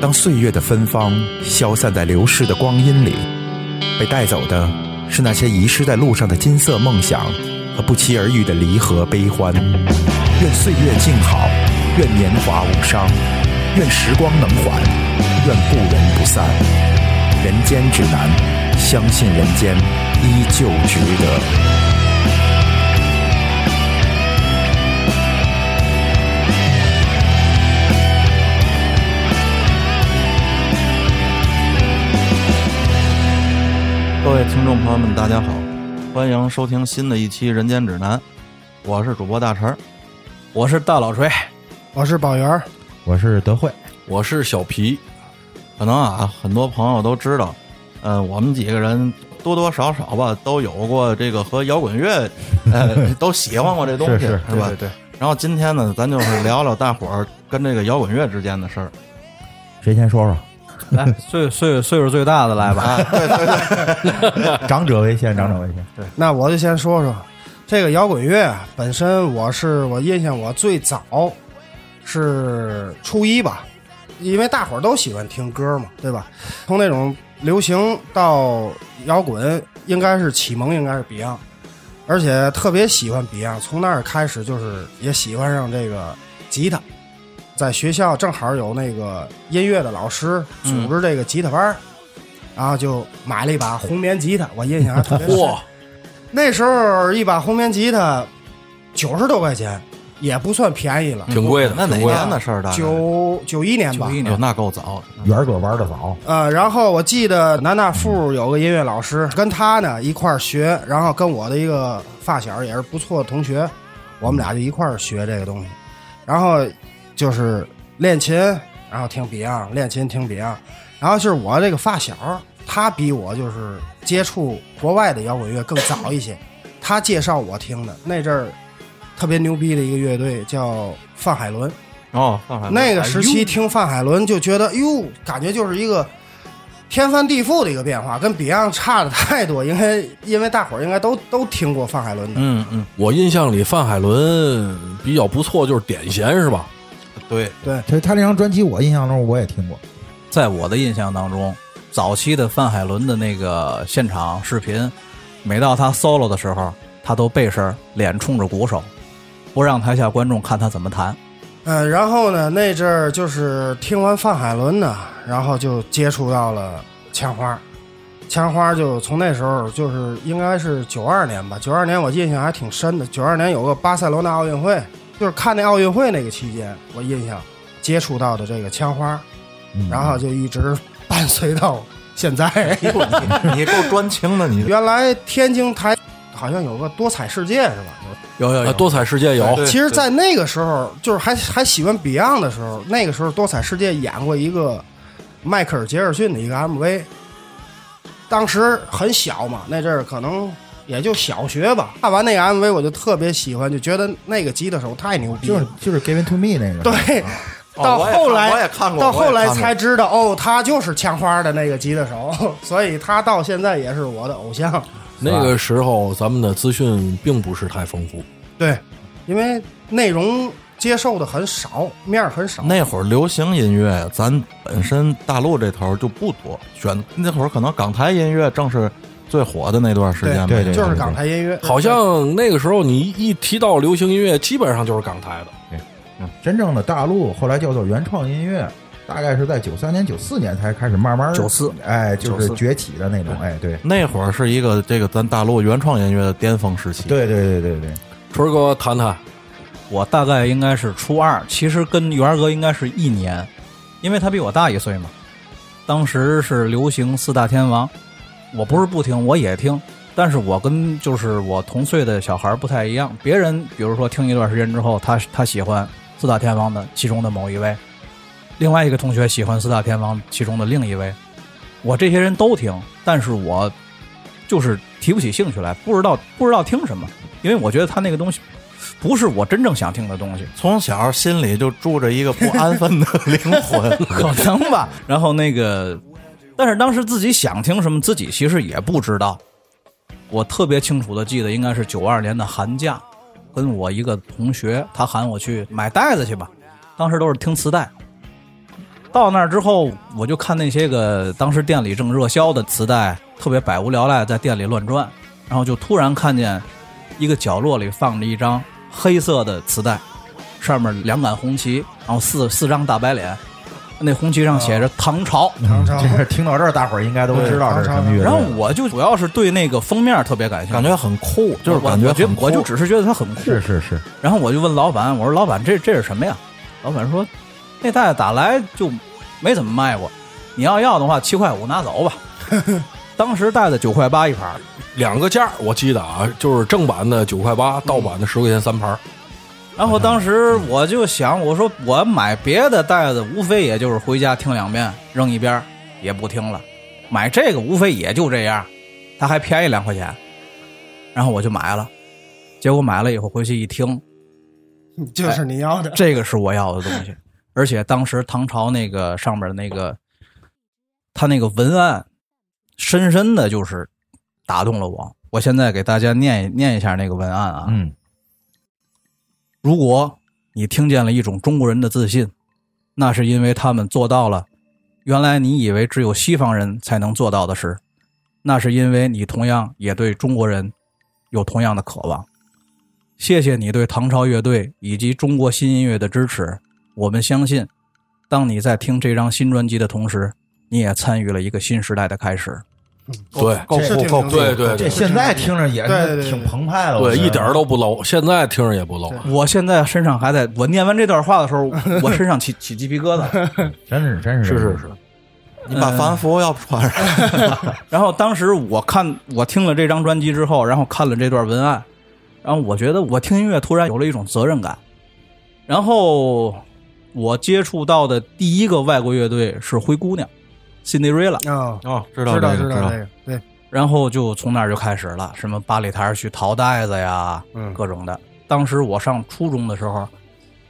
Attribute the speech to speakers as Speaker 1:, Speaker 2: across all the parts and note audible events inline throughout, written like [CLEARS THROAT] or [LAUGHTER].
Speaker 1: 当岁月的芬芳消散在流逝的光阴里，被带走的是那些遗失在路上的金色梦想和不期而遇的离合悲欢。愿岁月静好，愿年华无伤，愿时光能缓，愿故人不散。人间指南，相信人间依旧值得。
Speaker 2: 各位听众朋友们，大家好，欢迎收听新的一期《人间指南》，我是主播大陈儿，
Speaker 3: 我是大老锤，
Speaker 4: 我是宝源，
Speaker 5: 我是德惠，
Speaker 6: 我是小皮。
Speaker 2: 可能啊，很多朋友都知道，嗯、呃，我们几个人多多少少吧，都有过这个和摇滚乐，呃，
Speaker 5: [LAUGHS]
Speaker 2: 都喜欢过这东西，
Speaker 5: 是
Speaker 2: 是吧？
Speaker 3: 对对。
Speaker 2: 然后今天呢，咱就是聊聊大伙儿跟这个摇滚乐之间的事儿。
Speaker 5: 谁先说说？
Speaker 3: 来，岁岁岁数最大的来吧，
Speaker 2: 啊，对对对，
Speaker 3: [LAUGHS]
Speaker 5: 长者为先，长者为先。
Speaker 4: 那我就先说说这个摇滚乐啊本身，我是我印象我最早是初一吧，因为大伙儿都喜欢听歌嘛，对吧？从那种流行到摇滚，应该是启蒙，应该是 Beyond，而且特别喜欢 Beyond，从那儿开始就是也喜欢上这个吉他。在学校正好有那个音乐的老师
Speaker 2: 嗯
Speaker 4: 组织这个吉他班儿，然后就买了一把红棉吉他，我印象还特别深。
Speaker 6: 哇，
Speaker 4: 那时候一把红棉吉他九十多块钱，也不算便宜了。
Speaker 6: 挺贵的，
Speaker 2: 嗯那哪
Speaker 6: 挺贵的
Speaker 2: 年的事儿？大概
Speaker 4: 九九一年吧，
Speaker 2: 哟，那够早。
Speaker 5: 元儿哥玩的早，
Speaker 4: 呃，然后我记得南大附有个音乐老师，跟他呢一块儿学，然后跟我的一个发小也是不错的同学，我们俩就一块儿学这个东西，然后就是练琴，然后听 Beyond，练琴听 Beyond，然后就是我这个发小，他比我就是接触国外的摇滚乐更早一些，他介绍我听的那阵儿特别牛逼的一个乐队叫范海伦，
Speaker 2: 哦，放下
Speaker 4: 那个时期听范海伦就觉得，哟，感觉就是一个天翻地覆的一个变化，跟 Beyond 差的太多。应该因为大伙儿应该都都听过范海伦的，
Speaker 2: 嗯嗯，
Speaker 6: 我印象里范海伦比较不错，就是点弦是吧？
Speaker 2: 对，
Speaker 4: 对，
Speaker 5: 他他这张专辑我印象中我也听过，
Speaker 3: 在我的印象当中，早期的范海伦的那个现场视频，每到他 solo 的时候，他都背身，脸冲着鼓手，不让台下观众看他怎么弹。
Speaker 4: 嗯、然后呢，那阵儿就是听完范海伦呢，然后就接触到了枪花，枪花就从那时候就是应该是九二年吧，九二年我印象还挺深的，九二年有个巴塞罗那奥运会，就是看那奥运会那个期间，我印象接触到的这个枪花。
Speaker 5: 嗯
Speaker 4: 然后就一直伴随到现在。
Speaker 2: 你你够专情的，你
Speaker 4: 原来天津台好像有个多彩世界是吧？
Speaker 3: 有有
Speaker 6: 啊，多彩世界有
Speaker 2: 对
Speaker 4: 其实，在那个时候，就是还还喜欢 Beyond 的时候，那个时候多彩世界演过一个迈克尔·杰克逊的一个 MV。当时很小嘛，那阵儿可能也就小学吧。看完那个 MV，我就特别喜欢，就觉得那个吉他手太牛逼
Speaker 5: 就
Speaker 4: 了。
Speaker 5: 是就是 Giving to Me 那个，
Speaker 4: 对，
Speaker 2: 哦
Speaker 4: [LAUGHS] 到
Speaker 2: 我也
Speaker 4: 后
Speaker 2: 看
Speaker 4: 来
Speaker 2: 我也看过，
Speaker 4: 到
Speaker 2: 我也
Speaker 4: 后来
Speaker 2: 看过
Speaker 4: 才知道，哦，他就是枪花的那个吉他手， [LAUGHS] 所以他到现在也是我的偶像。
Speaker 6: 那个时候咱们的资讯并不是太丰富，
Speaker 4: 对，因为内容接受的很少，面儿很少。
Speaker 2: 那会儿流行音乐，咱本身大陆这头就不多，选那会儿可能港台音乐正是最火的那段时间吧。
Speaker 5: 对对对
Speaker 4: 就是港台音乐，
Speaker 6: 好像那个时候你一提到流行音乐，基本上就是港台的。
Speaker 5: 真正的大陆后来叫做原创音乐，大概是在九三年、九四年才开始慢慢
Speaker 3: 94，
Speaker 5: 哎，就是
Speaker 3: 94
Speaker 5: 崛起的那种，哎，对，
Speaker 2: 那会儿是一个这个咱大陆原创音乐的巅峰时期。，
Speaker 5: 对对对对对，
Speaker 6: 春儿哥谈谈，
Speaker 3: 我大概应该是初二，其实跟元儿哥应该是一年，因为他比我大一岁嘛。当时是流行四大天王，我不是不听，我也听，但是我跟就是我同岁的小孩儿不太一样。别人比如说听一段时间之后，他他喜欢四大天王的其中的某一位，另外一个同学喜欢四大天王其中的另一位，我这些人都听，但是我就是提不起兴趣来，不知道不知道听什么，因为我觉得他那个东西不是我真正想听的东西，
Speaker 2: 从小心里就住着一个不安分的灵
Speaker 3: [LAUGHS]
Speaker 2: 魂。
Speaker 3: 可能吧。然后那个，但是当时自己想听什么，自己其实也不知道。我特别清楚的记得，应该是九二年的寒假，跟我一个同学，他喊我去买袋子去吧。当时都是听磁带，到那儿之后，我就看那些个当时店里正热销的磁带，特别百无聊赖，在店里乱转，然后就突然看见一个角落里放着一张黑色的磁带，上面两杆红旗，然后四四张大白脸，那红旗上
Speaker 2: 啊
Speaker 3: 写着唐朝。
Speaker 4: 唐
Speaker 5: [LAUGHS]
Speaker 4: 朝
Speaker 5: 这是听到这儿，大伙儿应该都知道这是什么乐队。
Speaker 3: 然后我就主要是对那个封面特别感兴趣，
Speaker 2: 感觉很酷，就是
Speaker 3: 我
Speaker 2: 感觉
Speaker 3: 我
Speaker 2: 很
Speaker 3: 觉
Speaker 2: 酷
Speaker 3: 我就只是觉得它很酷。
Speaker 5: 是是是，
Speaker 3: 然后我就问老板，我说老板这这是什么呀？老板说那袋子打来就没怎么卖过，你要要的话七块五拿走吧。
Speaker 2: [LAUGHS]
Speaker 3: 当时袋子九块八一盘儿，
Speaker 6: 两个价儿我记得啊，就是正版的九块八，盗版的十块钱三盘儿。
Speaker 3: 然后当时我就想，我说我买别的袋子无非也就是回家听两遍扔一边儿，也不听了，买这个无非也就这样，它还便宜两块钱，然后我就买了。结果买了以后回去一听，
Speaker 4: 就是你要的，
Speaker 3: [LAUGHS] 这个是我要的东西。而且当时唐朝那个上面的那个，他那个文案，深深的就是打动了我。我现在给大家念一念一下那个文案啊。
Speaker 5: 嗯，
Speaker 3: 如果你听见了一种中国人的自信，那是因为他们做到了原来你以为只有西方人才能做到的事，那是因为你同样也对中国人有同样的渴望。谢谢你对唐朝乐队以及中国新音乐的支持，我们相信，当你在听这张新专辑的同时，你也参与了一个新时代的开始。
Speaker 6: 对
Speaker 4: 够
Speaker 5: 这
Speaker 4: 够够
Speaker 6: 对对
Speaker 5: 这
Speaker 6: 对
Speaker 5: 现在听着也
Speaker 4: 对对对
Speaker 5: 挺澎湃的，我
Speaker 6: 对，
Speaker 5: 觉得
Speaker 6: 一点儿都不 low，现在听着也不 low。
Speaker 3: [LAUGHS] 我现在身上还在，我念完这段话的 [LAUGHS] 时候，我身上起起鸡皮疙瘩。嗯
Speaker 5: 真是真是
Speaker 6: 是是是，
Speaker 2: 你把凡服要不穿上，
Speaker 3: 然后当时我看我听了这张专辑之后，然后看了这段文案，然后我觉得我听音乐突然有了一种责任感。然后我接触到的第一个外国乐队是灰姑娘 （Cinderella），
Speaker 4: 啊，
Speaker 2: 哦，知道这
Speaker 4: 知道
Speaker 2: 个
Speaker 4: 知
Speaker 2: 知
Speaker 4: 道
Speaker 2: 道
Speaker 4: 这。个，对，
Speaker 3: 然后就从那儿就开始了，什么八里台去淘袋子呀，
Speaker 4: 嗯，
Speaker 3: 各种的。当时我上初中的时候，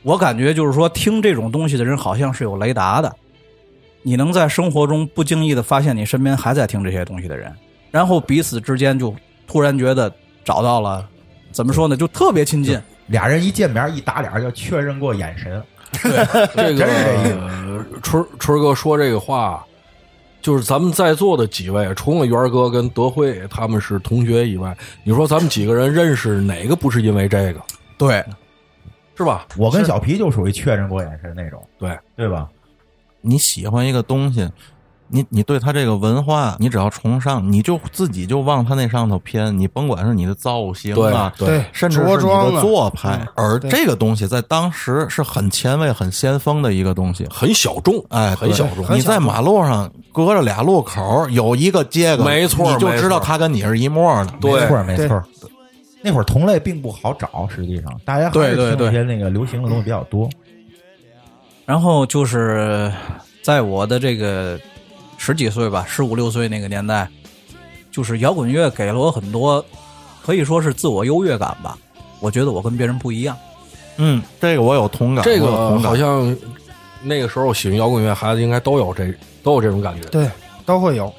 Speaker 3: 我感觉就是说，听这种东西的人好像是有雷达的，你能在生活中不经意的发现你身边还在听这些东西的人，然后彼此之间就突然觉得找到了，怎么说呢，就特别亲近。
Speaker 5: 俩人一见面一打脸就确认过眼神，
Speaker 6: 这个
Speaker 5: [LAUGHS] 真是这意
Speaker 6: 呃春春儿哥说这个话，就是咱们在座的几位，除了元儿哥跟德惠他们是同学以外，你说咱们几个人认识哪个不是因为这个，
Speaker 3: 对，
Speaker 6: 是吧？
Speaker 5: 我跟小皮就属于确认过眼神那种，
Speaker 6: 对
Speaker 5: 对吧？
Speaker 2: 你喜欢一个东西，你你对它这个文化，你只要崇尚，你就自己就往它那上头偏，你甭管是你的造型
Speaker 6: 对
Speaker 2: 啊，
Speaker 6: 对
Speaker 2: 甚至是
Speaker 4: 着
Speaker 2: 你
Speaker 4: 装
Speaker 2: 的
Speaker 4: 啊
Speaker 2: 做派
Speaker 4: 嗯，
Speaker 2: 而
Speaker 4: 对
Speaker 2: 这个东西在当时是很前卫、很先锋的一个东西。
Speaker 6: 很小众，啊
Speaker 2: 哎，
Speaker 6: 很
Speaker 2: 对
Speaker 6: 小众。
Speaker 2: 你在马路上隔着俩路口有一个接个，
Speaker 6: 没错
Speaker 2: 你就
Speaker 6: 没错
Speaker 2: 知道他跟你是一模儿的。
Speaker 6: 对
Speaker 5: 没错没错。那会儿同类并不好找，实际上大家还
Speaker 3: 对
Speaker 5: 是
Speaker 3: 对
Speaker 5: 听
Speaker 3: 对
Speaker 5: 一些那个流行的东西比较多。
Speaker 3: 然后就是在我的这个十几岁吧，十五六岁那个年代，就是摇滚乐给了我很多，可以说是自我优越感吧。我觉得我跟别人不一样。
Speaker 2: 嗯，这个我有同感，
Speaker 6: 这
Speaker 2: 我有
Speaker 6: 个
Speaker 2: 同感
Speaker 6: 好像那个时候喜欢摇滚乐孩子应该都有这都有这种感觉。
Speaker 4: 对，都会有，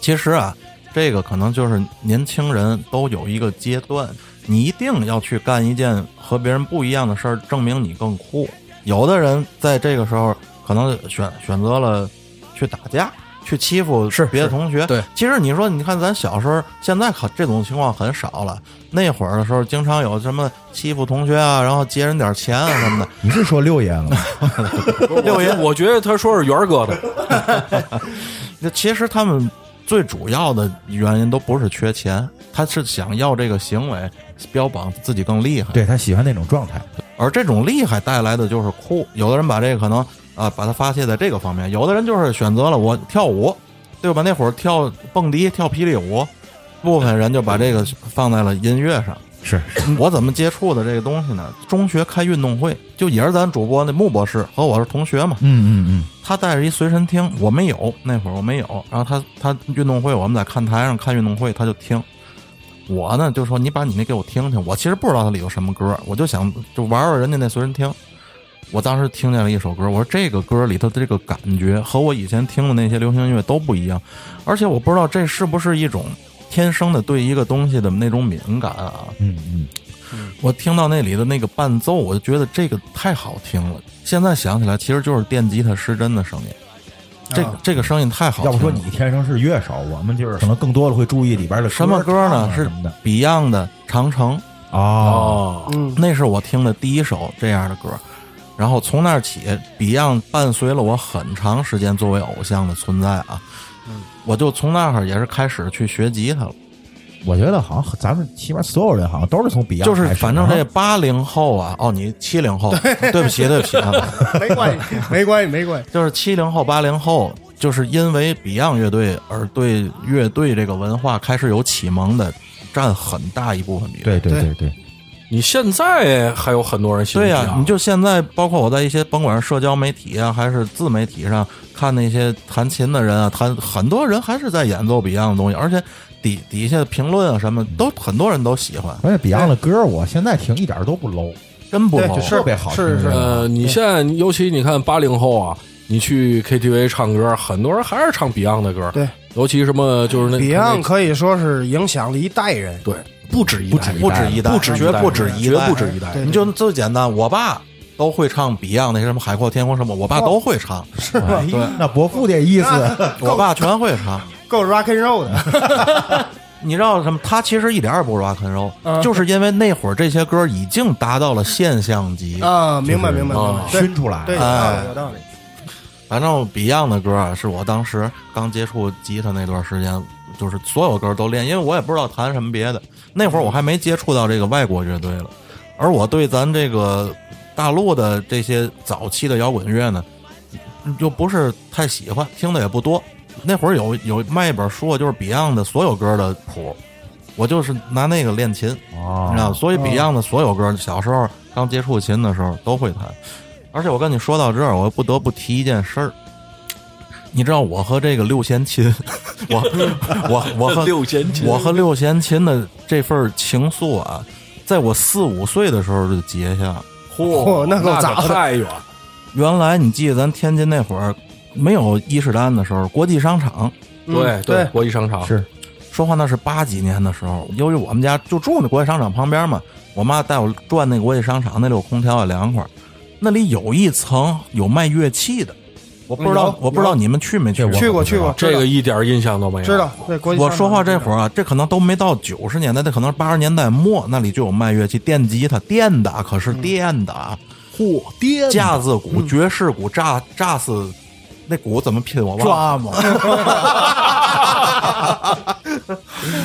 Speaker 2: 其实啊，这个可能就是年轻人都有一个阶段，你一定要去干一件和别人不一样的事儿，证明你更酷。有的人在这个时候可能选选择了去打架，去欺负
Speaker 3: 是
Speaker 2: 别的同学。
Speaker 3: 对，
Speaker 2: 其实你说，你看咱小时候，现在可这种情况很少了。那会儿的时候，经常有什么欺负同学啊，然后劫人点钱啊什么的。
Speaker 5: 你是说六爷吗？
Speaker 6: 六爷，我觉得他说是元儿哥的，
Speaker 2: 那其实他们最主要的原因都不是缺钱，他是想要这个行为标榜自己更厉害。
Speaker 5: 对他喜欢那种状态，
Speaker 2: 而这种厉害带来的就是酷。有的人把这个可能啊、把它发泄在这个方面；有的人就是选择了我跳舞，对吧？那会儿跳蹦迪、跳霹雳舞，部分人就把这个放在了音乐上。
Speaker 5: 是
Speaker 2: [CLEARS THROAT] 我怎么接触的这个东西呢？中学开运动会，就也是咱主播那穆博士和我是同学嘛，
Speaker 5: 嗯嗯嗯，
Speaker 2: 他带着一随身听，我没有，那会儿我没有。然后他他运动会，我们在看台上看运动会，他就听。我呢就说你把你那给我听听，我其实不知道它里头什么歌，我就想就玩玩人家那随身听。我当时听见了一首歌，我说这个歌里头的这个感觉和我以前听的那些流行音乐都不一样，而且我不知道这是不是一种天生的对一个东西的那种敏感啊，
Speaker 5: 嗯嗯，
Speaker 2: 我听到那里的那个伴奏，我就觉得这个太好听了。现在想起来，其实就是电吉他失真的声音，这个、
Speaker 4: 啊
Speaker 2: 这个声音太好听
Speaker 5: 要
Speaker 2: 了。
Speaker 5: 不说你天生是乐手，我们就是可能更多的会注意里边的
Speaker 2: 什么歌
Speaker 5: 唱
Speaker 2: 呢
Speaker 5: 啊？
Speaker 2: 是
Speaker 5: 什么的
Speaker 2: Beyond 的《长城》，
Speaker 5: 哦，
Speaker 6: 哦，
Speaker 4: 嗯，
Speaker 2: 那是我听的第一首这样的歌。然后从那儿起，Beyond 伴随了我很长时间作为偶像的存在啊。
Speaker 5: 嗯
Speaker 2: 我就从那儿也是开始去学吉他了，
Speaker 5: 我觉得好像咱们起码所有人好像都是从 Beyond
Speaker 2: 就是
Speaker 5: 开始的
Speaker 2: 反正这
Speaker 5: 啊
Speaker 2: 八零后啊，哦，你七零后， [LAUGHS] 对不起，对不起啊。
Speaker 4: 没关系，没关系，没关系。
Speaker 2: 就是七零后、八零后，就是因为 Beyond 乐队而对乐队这个文化开始有启蒙的，占很大一部分比例。
Speaker 5: 对对对对，
Speaker 6: 你现在还有很多人信
Speaker 2: 对呀、
Speaker 6: 这样
Speaker 2: 你就现在，包括我在一些甭管是社交媒体啊，还是自媒体上看那些弹琴的人啊，弹很多人还是在演奏 Beyond 的东西，而且底底下评论啊什么都很多人都喜欢，
Speaker 5: 而且 Beyond 的歌我现在听一点都不 low，
Speaker 2: 真不
Speaker 4: 对
Speaker 2: 错。
Speaker 4: 是
Speaker 5: 特别好听。
Speaker 4: 是是
Speaker 6: 呃，你现在尤其你看八零后啊，你去 KTV 唱歌，很多人还是唱 Beyond 的歌，
Speaker 4: 对，
Speaker 6: 尤其什么就是那
Speaker 4: Beyond 可以说是影响了一代人，
Speaker 6: 对，不止一代，
Speaker 2: 不止一代，
Speaker 6: 不止一代
Speaker 2: 绝不止一代，
Speaker 6: 绝不止一代
Speaker 4: 对
Speaker 2: 你就最简单，我爸都会唱 Beyond 那些什么《海阔天空》什么，我爸都会
Speaker 6: [LAUGHS]
Speaker 2: 唱，
Speaker 5: 是吧？那伯父这 [LAUGHS] 意思，
Speaker 2: 我爸全会唱。
Speaker 4: 够 rock and roll 的。
Speaker 2: 你知道什么？他其实一点儿也不 rock and roll，、就是
Speaker 6: 嗯
Speaker 2: 因为那会儿这些歌已经达到了现象级。
Speaker 4: 啊，明白明白明白，对
Speaker 5: 熏出来
Speaker 4: 对，有
Speaker 5: 了。
Speaker 4: 道
Speaker 2: 哎
Speaker 4: 理有道理。
Speaker 2: 反正 Beyond 的歌啊，是我当时刚接触吉他那段时间，就是所有歌都练，因为我也不知道弹什么别的。那会儿我还没接触到这个外国乐队了，而我对咱这个大陆的这些早期的摇滚乐呢，就不是太喜欢，听的也不多。那会儿有有卖一本书，就是 Beyond 的所有歌的谱，我就是拿那个练琴。
Speaker 5: 哦
Speaker 2: 啊，所以 Beyond 的所有歌，小时候刚接触琴的时候都会弹。而且我跟你说到这儿，我不得不提一件事儿。你知道我和这个六弦琴， [LAUGHS] 我我我和 [LAUGHS] 六弦琴，我和六弦琴的这份情愫啊，在我四五岁的时候就结下了。
Speaker 6: 嚯
Speaker 4: 嚯，哦那够
Speaker 6: 可
Speaker 4: 早的
Speaker 6: 太远，
Speaker 2: 原来你记得咱天津那会儿没有伊势丹的时候，国际商场
Speaker 4: 嗯
Speaker 6: 对
Speaker 4: 对，
Speaker 6: 国际商场
Speaker 5: 是
Speaker 2: 说话那是八几年的时候，由于我们家就住那国际商场旁边嘛，我妈带我转那国际商场，那里有空调也凉快儿，那里有一层有卖乐器的，我不知道
Speaker 4: 嗯有
Speaker 2: 我不知道你们去没去过。啊
Speaker 4: 去过去过，
Speaker 6: 这个一点印象都没有。
Speaker 4: 知道。对，国际
Speaker 2: 我
Speaker 4: 商
Speaker 2: 说
Speaker 4: 场
Speaker 2: 话这会
Speaker 4: 儿
Speaker 2: 儿啊，这可能都没到九十年代，那可能八十年代末，那里就有卖乐器，电吉他、电的啊，可
Speaker 4: 嗯
Speaker 2: 是电的啊，
Speaker 6: 嚯，爹
Speaker 2: 架子鼓、
Speaker 3: 嗯
Speaker 2: 爵士鼓、炸炸死，那鼓怎么拼我忘了。
Speaker 3: 抓嘛，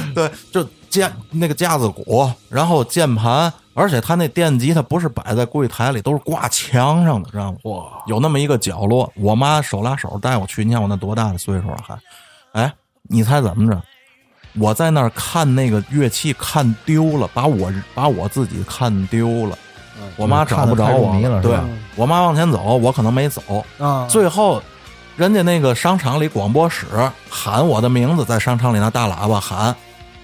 Speaker 2: [LAUGHS] 对，就架那个架子鼓，然后键盘，而且他那电吉他不是摆在柜台里，都是挂墙上的，知道吗？
Speaker 6: 哇，
Speaker 2: 有那么一个角落，我妈手拉手带我去，你看我那多大的岁数了还？哎，你猜怎么着？我在那儿看那个乐器看丢了，把我把我自己看丢了。我妈找不着我
Speaker 5: 看得太入迷嗯了是
Speaker 2: 对
Speaker 5: 吧
Speaker 2: 我妈往前走，我可能没走，
Speaker 4: 啊，
Speaker 2: 最后，人家那个商场里广播室喊我的名字，在商场里拿大喇叭喊，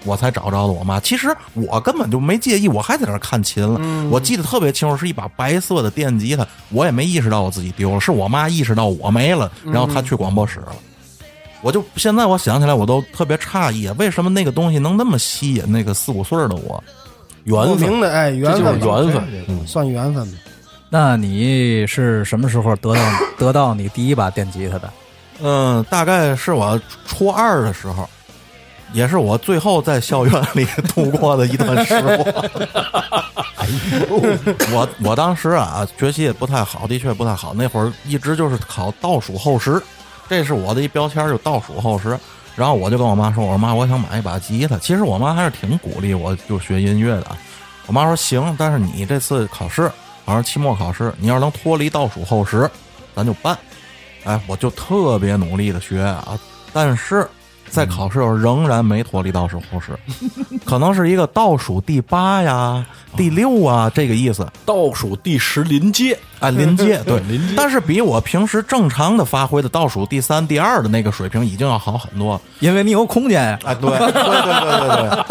Speaker 2: 我才找着的我妈。其实我根本就没介意，我还在那儿看琴了。我记得特别清楚，是一把白色的电吉他，我也没意识到我自己丢了，是我妈意识到我没了，然后她去广播室了。我就现在我想起来，我都特别诧异，为什么那个东西能那么吸引那个四五岁的我？
Speaker 4: 不
Speaker 2: 缘分
Speaker 4: 明的，哎，缘
Speaker 6: 这就是
Speaker 4: 分吧，
Speaker 6: 缘分。
Speaker 4: 算缘分吧。
Speaker 3: 那你是什么时候 [LAUGHS] 得到得到你第一把电吉他的？
Speaker 2: 嗯，大概是我初二的时候，也是我最后在校园里度过的一段时光。我我当时啊，学习也不太好，的确不太好。那会儿一直就是考倒数后十，这是我的一标签儿，就倒数后十。然后我就跟我妈说：“我说妈，我想买一把吉他。”其实我妈还是挺鼓励我就学音乐的啊。我妈说：“行，但是你这次考试，好像期末考试，你要是能脱离倒数后十，咱就办。”哎，我就特别努力的学啊，但是在考试时候仍然没脱离倒数后十，可能是一个倒数第八呀、第六啊这个意思。
Speaker 6: 倒数第十临界，
Speaker 2: 啊，临
Speaker 6: [LAUGHS]
Speaker 2: 界对
Speaker 6: 临界
Speaker 2: 但是比我平时正常的发挥的倒数第三、第二的那个水平已经要好很多了。
Speaker 3: 因为你有空间呀。
Speaker 2: 啊，对对对对对对。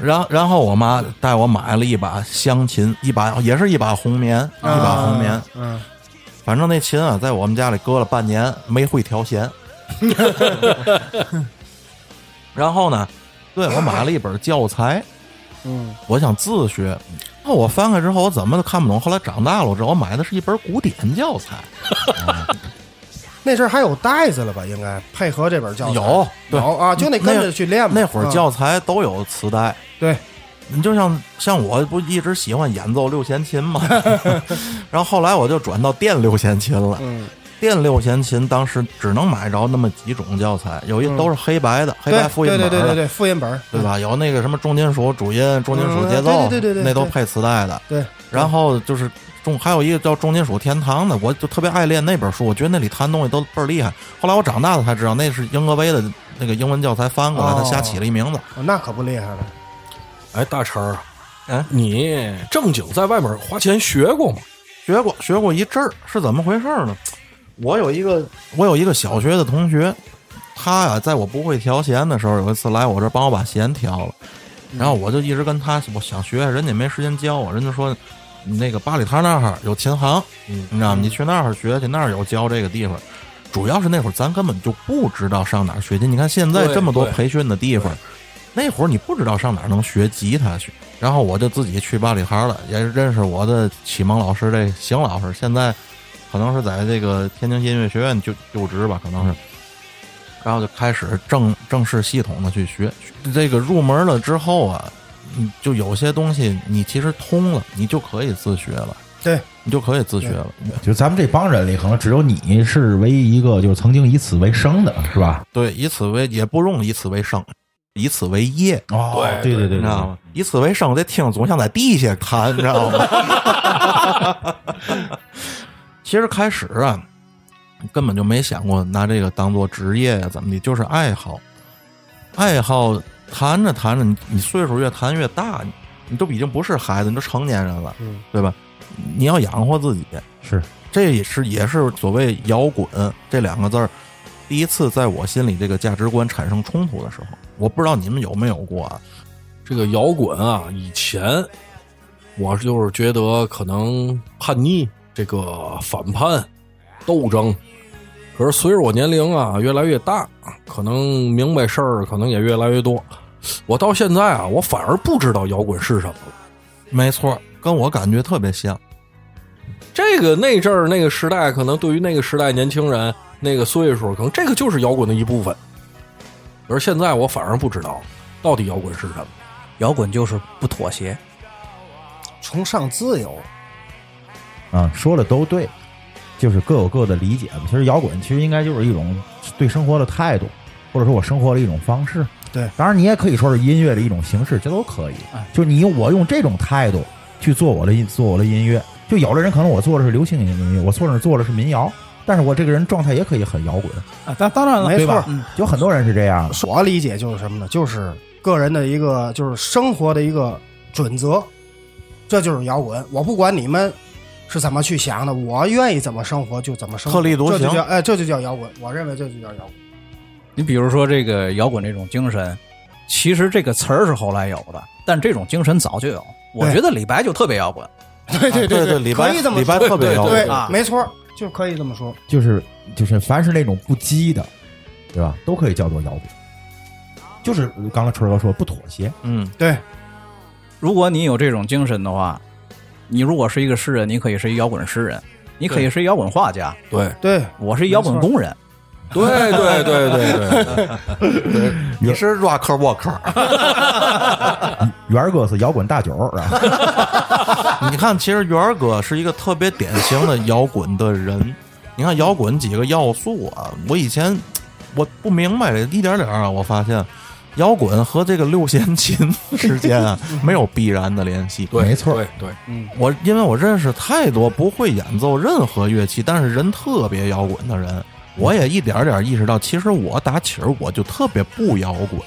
Speaker 2: [LAUGHS] 然然后我妈带我买了一把香琴，一把也是一把红棉，一
Speaker 6: 啊
Speaker 2: 把红棉。
Speaker 4: 嗯，
Speaker 2: 反正那琴啊，在我们家里搁了半 [LAUGHS] 年，没会调弦。然后呢，对我买了一本教材，
Speaker 4: 嗯，
Speaker 2: 我想自学。那我翻开之后，我怎么都看不懂。后来长大了，我知道我买的是一本古典教材，
Speaker 4: 那阵儿还有袋子了吧？应该配合这本教材
Speaker 2: 有对
Speaker 4: 有啊，就得跟着去练嘛。
Speaker 2: 那会儿
Speaker 4: 嗯
Speaker 2: 教材都有磁带，
Speaker 4: 对，
Speaker 2: 你就像像我不一直喜欢演奏六弦琴嘛， [LAUGHS] 然后后来我就转到电六弦琴了。
Speaker 4: 嗯
Speaker 2: 电六弦琴当时只能买着那么几种教材，有一
Speaker 4: 嗯
Speaker 2: 都是黑白的，黑
Speaker 4: 对
Speaker 2: 白复印
Speaker 4: 对
Speaker 2: 本
Speaker 4: 对对对
Speaker 2: 的，
Speaker 4: 对，复印本儿，
Speaker 2: 对吧？有那个什么重金属主音、重金属节奏，
Speaker 4: 嗯对对对对对
Speaker 2: 那都配磁带的。
Speaker 4: 对，
Speaker 2: 然后就是重，还有一个叫《重金属天堂》的，我就特别爱练那本书，我觉得那里弹东西都倍儿厉害。后来我长大了才知道，那是英格威的那个英文教材翻过来，他
Speaker 4: 哦
Speaker 2: 瞎起了一名字。
Speaker 4: 哦那可不厉害了。
Speaker 6: 哎，大成儿，
Speaker 2: 嗯
Speaker 6: 你正经在外面花钱学过吗？
Speaker 2: 学过学过一阵儿，是怎么回事儿呢？我有一个我有一个小学的同学，他呀、在我不会调弦的时候，有一次来我这儿帮我把弦调了，然后我就一直跟他我想学，人家没时间教我，人家说你那个八里滩那儿有琴行，
Speaker 6: 嗯
Speaker 2: 你知道吗？你去那儿学去，那儿有教这个地方。主要是那会儿咱根本就不知道上哪儿学琴，你看现在
Speaker 6: 对
Speaker 2: 这么多
Speaker 6: 对
Speaker 2: 培训的地方，那会儿你不知道上哪儿能学吉他去，然后我就自己去八里台了，也认识我的启蒙老师这邢老师，现在可能是在这个天津音乐学院就就职吧，可能是，然后就开始正正式系统的去学这个入门了之后啊，你就有些东西你其实通了，你就可以自学了，
Speaker 4: 对
Speaker 2: 你就可以自学了，
Speaker 5: 就咱们这帮人里，可能只有你是唯一一个就是曾经以此为生的，是吧？
Speaker 2: 对，以此为也不用以此为生，以此为业，
Speaker 5: 哦，对对对，
Speaker 2: 你知道吗？以此为生，这听总像在地下弹，你知道吗？ [LAUGHS] 其实开始啊，根本就没想过拿这个当做职业呀、怎么的，就是爱好。爱好弹着弹着，你你岁数越弹越大，你你都已经不是孩子，你都成年人了，
Speaker 4: 嗯
Speaker 2: 对吧？你要养活自己，
Speaker 5: 是
Speaker 2: 这也是也是所谓摇滚这两个字儿，第一次在我心里这个价值观产生冲突的时候，我不知道你们有没有过啊？
Speaker 6: 这个摇滚啊，以前我就是觉得可能叛逆、这个反叛、斗争，可是随着我年龄啊越来越大，可能明白事儿可能也越来越多。我到现在啊，我反而不知道摇滚是什么了。
Speaker 2: 没错，跟我感觉特别像。
Speaker 6: 这个那阵儿那个时代，可能对于那个时代年轻人那个岁数，可能这个就是摇滚的一部分。而现在我反而不知道到底摇滚是什么。
Speaker 3: 摇滚就是不妥协。
Speaker 4: 崇尚自由，
Speaker 5: 啊，说的都对，就是各有各的理解吧。其实摇滚其实应该就是一种对生活的态度，或者说我生活的一种方式。
Speaker 4: 对
Speaker 5: 当然你也可以说是音乐的一种形式，这都可以
Speaker 3: 哎。
Speaker 5: 就你我用这种态度去做我的音做我的音乐，就有的人可能我做的是流行音乐，我做的做的是民谣，但是我这个人状态也可以很摇滚，
Speaker 3: 啊，当当然了，
Speaker 4: 没
Speaker 5: 对
Speaker 4: 错
Speaker 5: 吧
Speaker 4: 儿。？
Speaker 2: 嗯
Speaker 5: 有很多人是这样的。
Speaker 4: 我理解就是什么呢？就是个人的一个，就是生活的一个准则，这就是摇滚。我不管你们是怎么去想的，我愿意怎么生活就怎么生活，
Speaker 2: 特立独行
Speaker 4: 这就叫哎，这就叫摇滚。我认为这就叫摇滚。
Speaker 3: 你比如说这个摇滚这种精神，其实这个词儿是后来有的，但这种精神早就有。我觉得李白就特别摇滚，
Speaker 4: 对对
Speaker 2: 对
Speaker 4: 对，
Speaker 2: 李
Speaker 4: 可
Speaker 2: 白
Speaker 4: 以这么
Speaker 2: 李白
Speaker 4: 说
Speaker 2: 特别摇
Speaker 4: 对
Speaker 2: 滚，
Speaker 3: 啊
Speaker 4: 没错儿，就可以这么说。
Speaker 5: 就是就是凡是那种不羁的，对吧？都可以叫做摇滚。就是刚才春儿哥说不妥协，
Speaker 2: 嗯，
Speaker 4: 对，
Speaker 3: 如果你有这种精神的话，你如果是一个诗人，你可以是一摇滚诗人，你可以是一摇滚画家，
Speaker 6: 对，
Speaker 4: 对，
Speaker 3: 我是一摇滚工人。
Speaker 6: 对，对，对，对，对。
Speaker 2: 你是 rock
Speaker 4: [LAUGHS]
Speaker 2: walker。
Speaker 5: 元儿哥是摇滚大九儿，啊然后
Speaker 2: 你看，其实元儿哥是一个特别典型的摇滚的人。你看摇滚几个要素啊，我以前我不明白，一点点儿啊，我发现摇滚和这个六弦琴之间
Speaker 4: [LAUGHS]
Speaker 2: 啊没有必然的联系。
Speaker 6: 对，
Speaker 5: 没错
Speaker 6: 对对，
Speaker 2: 我因为我认识太多不会演奏任何乐器，但是人特别摇滚的人，我也一点点意识到，其实我打起儿我就特别不摇滚，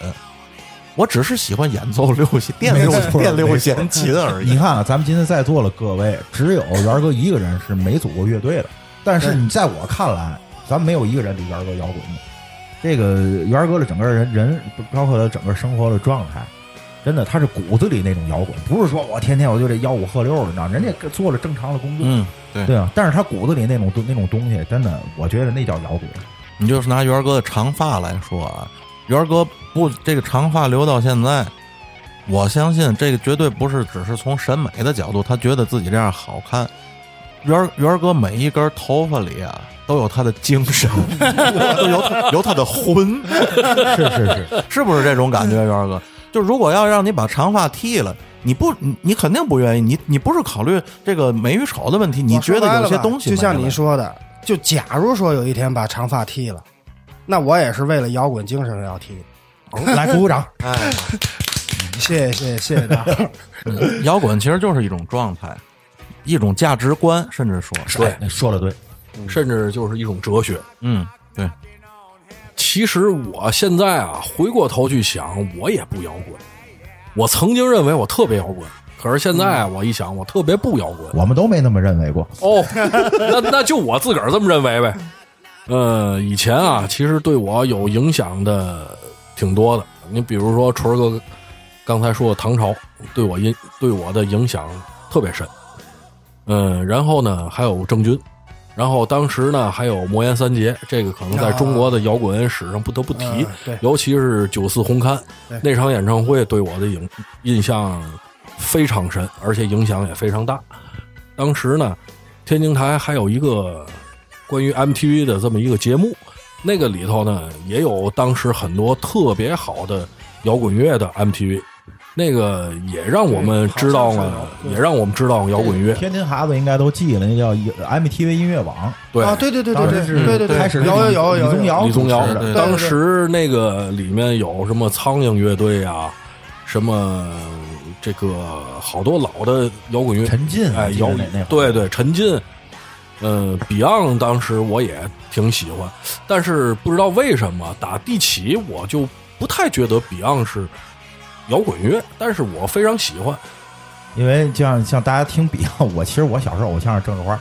Speaker 2: 我只是喜欢演奏 [LAUGHS] 六弦、电六
Speaker 5: 没错
Speaker 2: 电六
Speaker 5: 没错
Speaker 2: 弦琴而
Speaker 5: 你
Speaker 2: 已。
Speaker 5: 看啊，咱们今天在座的各位，只有元儿哥一个人是没组过乐队的。但是你在我看来，咱们没有一个人比元儿哥摇滚的。这个元儿哥的整个人人，包括他整个生活的状态，真的他是骨子里那种摇滚，不是说我天天我就这吆五喝六的，你知道吗，人家做了正常的工作，
Speaker 2: 嗯，对
Speaker 5: 对啊。但是他骨子里那种东那种东西，真的，我觉得那叫摇滚。
Speaker 2: 你就是拿元儿哥的长发来说啊，元儿哥不这个长发留到现在，我相信这个绝对不是只是从审美的角度，他觉得自己这样好看。元儿元儿哥每一根头发里啊，都有他的精
Speaker 4: [LAUGHS]
Speaker 2: 神， [LAUGHS] 都有有他的魂，
Speaker 5: 是是是，
Speaker 2: [LAUGHS] 是不是这种感觉？元儿哥，就如果要让你把长发剃了，你不你你肯定不愿意，你你不是考虑这个美与丑的问题，你
Speaker 4: 我说
Speaker 2: 觉得
Speaker 4: 白
Speaker 2: 有
Speaker 4: 了
Speaker 2: 些
Speaker 4: 吧
Speaker 2: 东西
Speaker 4: 就像
Speaker 2: 没了
Speaker 4: 你说的，就假如说有一天把长发剃了，那我也是为了摇滚精神而要剃。
Speaker 5: 来鼓鼓掌，
Speaker 2: 哎。
Speaker 4: 谢谢谢谢谢谢大伙儿
Speaker 2: [LAUGHS] 摇滚其实就是一种状态，一种价值观，甚至说，
Speaker 6: 对，
Speaker 5: 哎说的对，
Speaker 6: 甚至就是一种哲学。
Speaker 2: 嗯，对，
Speaker 6: 其实我现在啊，回过头去想，我也不摇滚。我曾经认为我特别摇滚，可是现在啊我一想，我特别不摇滚。
Speaker 5: 我们都没那么认为过。
Speaker 6: 哦，那那就我自个儿这么认为呗。呃，以前啊，其实对我有影响的挺多的。你比如说，纯儿哥刚才说的唐朝，对我影对我的影响特别深。嗯、然后呢，还有郑钧，然后当时呢还有魔岩三杰，这个可能在中国的摇滚史上不得不提，
Speaker 4: 嗯对
Speaker 6: 尤其是九四红勘
Speaker 4: 对
Speaker 6: 那场演唱会，对我的影印象非常深，而且影响也非常大。当时呢，天津台还有一个关于 MTV 的这么一个节目，那个里头呢也有当时很多特别好的摇滚乐的 MTV，那个也让我们知道
Speaker 4: 好像
Speaker 6: 了，
Speaker 4: 是有啊
Speaker 6: 也让我们知道摇滚乐。
Speaker 5: 天津孩子应该都记了，那叫 MTV 音乐网，
Speaker 6: 对
Speaker 4: 啊，对对对对
Speaker 5: 当时是
Speaker 4: 对对对对，
Speaker 5: 开始是
Speaker 4: 有有有有有
Speaker 5: 李宗尧
Speaker 6: 李宗尧
Speaker 5: 主持
Speaker 2: 对
Speaker 5: 的，
Speaker 6: 当时那个里面有什么苍蝇乐队啊，什么这个好多老的摇滚乐，
Speaker 5: 陈进
Speaker 6: 哎，
Speaker 5: 摇
Speaker 6: 摇
Speaker 5: 那那会儿
Speaker 6: 对对，陈进，呃，Beyond 当时我也挺喜欢，但是不知道为什么打地起我就不太觉得 Beyond 是摇滚乐，但是我非常喜欢。
Speaker 5: 因为就像像大家听比，我其实我小时候偶像是郑智化，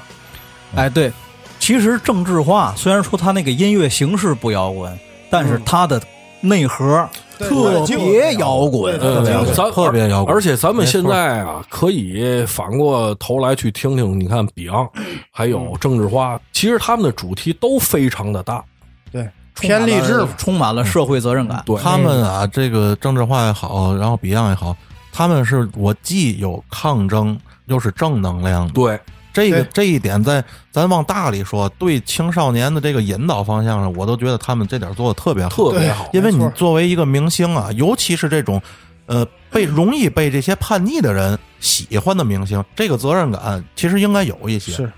Speaker 3: 哎，对，其实郑智化虽然说他那个音乐形式不摇滚，但是他的内核
Speaker 4: 对
Speaker 3: 特别摇滚，
Speaker 4: 对
Speaker 6: 呃
Speaker 4: 对对，
Speaker 6: 咱
Speaker 2: 特别摇滚
Speaker 6: 而且咱们
Speaker 2: 没错
Speaker 6: 现在啊，可以反过头来去听听，你看 Beyond 还有郑智化，其实他们的主题都非常的大。
Speaker 4: 对
Speaker 3: 充满
Speaker 4: 偏励志
Speaker 3: 了
Speaker 4: 嘛，
Speaker 3: 充满了社会责任感。
Speaker 6: 对，
Speaker 2: 他们啊，这个政治化也好，然后 Beyond 也好，他们是我既有抗争，又是正能量的。
Speaker 6: 对
Speaker 2: 这个
Speaker 4: 对
Speaker 2: 这一点在，咱往大里说，对青少年的这个引导方向上，我都觉得他们这点做的特别好，
Speaker 6: 特别好，
Speaker 2: 因为
Speaker 4: 没
Speaker 2: 你
Speaker 4: 错
Speaker 2: 作为一个明星啊，尤其是这种，呃，被容易被这些叛逆的人喜欢的明星，这个责任感其实应该有一些。
Speaker 4: 是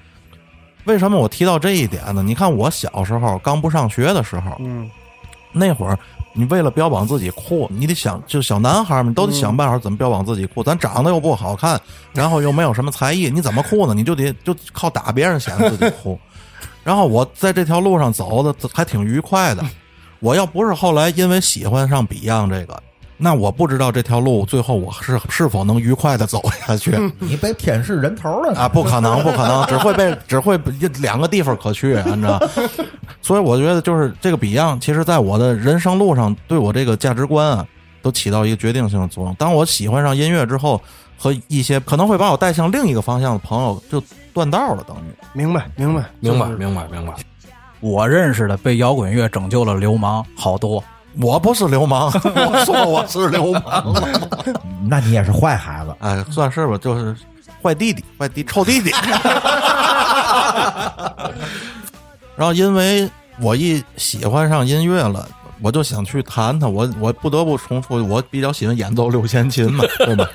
Speaker 2: 为什么我提到这一点呢？你看我小时候刚不上学的时候，
Speaker 4: 嗯，
Speaker 2: 那会儿你为了标榜自己酷，你得想，就小男孩儿嘛，你都得想办法怎么标榜自己酷。咱长得又不好看，然后又没有什么才艺，你怎么酷呢？你就得就靠打别人显得自己
Speaker 4: [LAUGHS]
Speaker 2: 酷。然后我在这条路上走的还挺愉快的。我要不是后来因为喜欢上 Beyond 这个，那我不知道这条路最后我是是否能愉快的走下去。
Speaker 5: 你被舔是人头了
Speaker 2: [LAUGHS] 啊，！不可能，不可能，只会被只会被两个地方可去，你知道？ [LAUGHS] 所以我觉得就是这个 Beyond，其实在我的人生路上，对我这个价值观啊，都起到一个决定性的作用。当我喜欢上音乐之后，和一些可能会把我带向另一个方向的朋友就断道了，等于。
Speaker 4: 明白明白
Speaker 6: 明白明白明白。
Speaker 3: 我认识的被摇滚乐拯救了流氓好多，
Speaker 2: 我不是流氓，我说我是流氓了，
Speaker 5: [LAUGHS] 那你也是坏孩子，
Speaker 2: 哎，算是吧，就是坏弟弟，坏弟臭
Speaker 5: [LAUGHS]
Speaker 2: 弟弟。然后因为我一喜欢上音乐了，我就想去弹弹。我我不得不重复，我比较喜欢演奏六弦琴
Speaker 5: [LAUGHS]
Speaker 2: 嘛，对吧？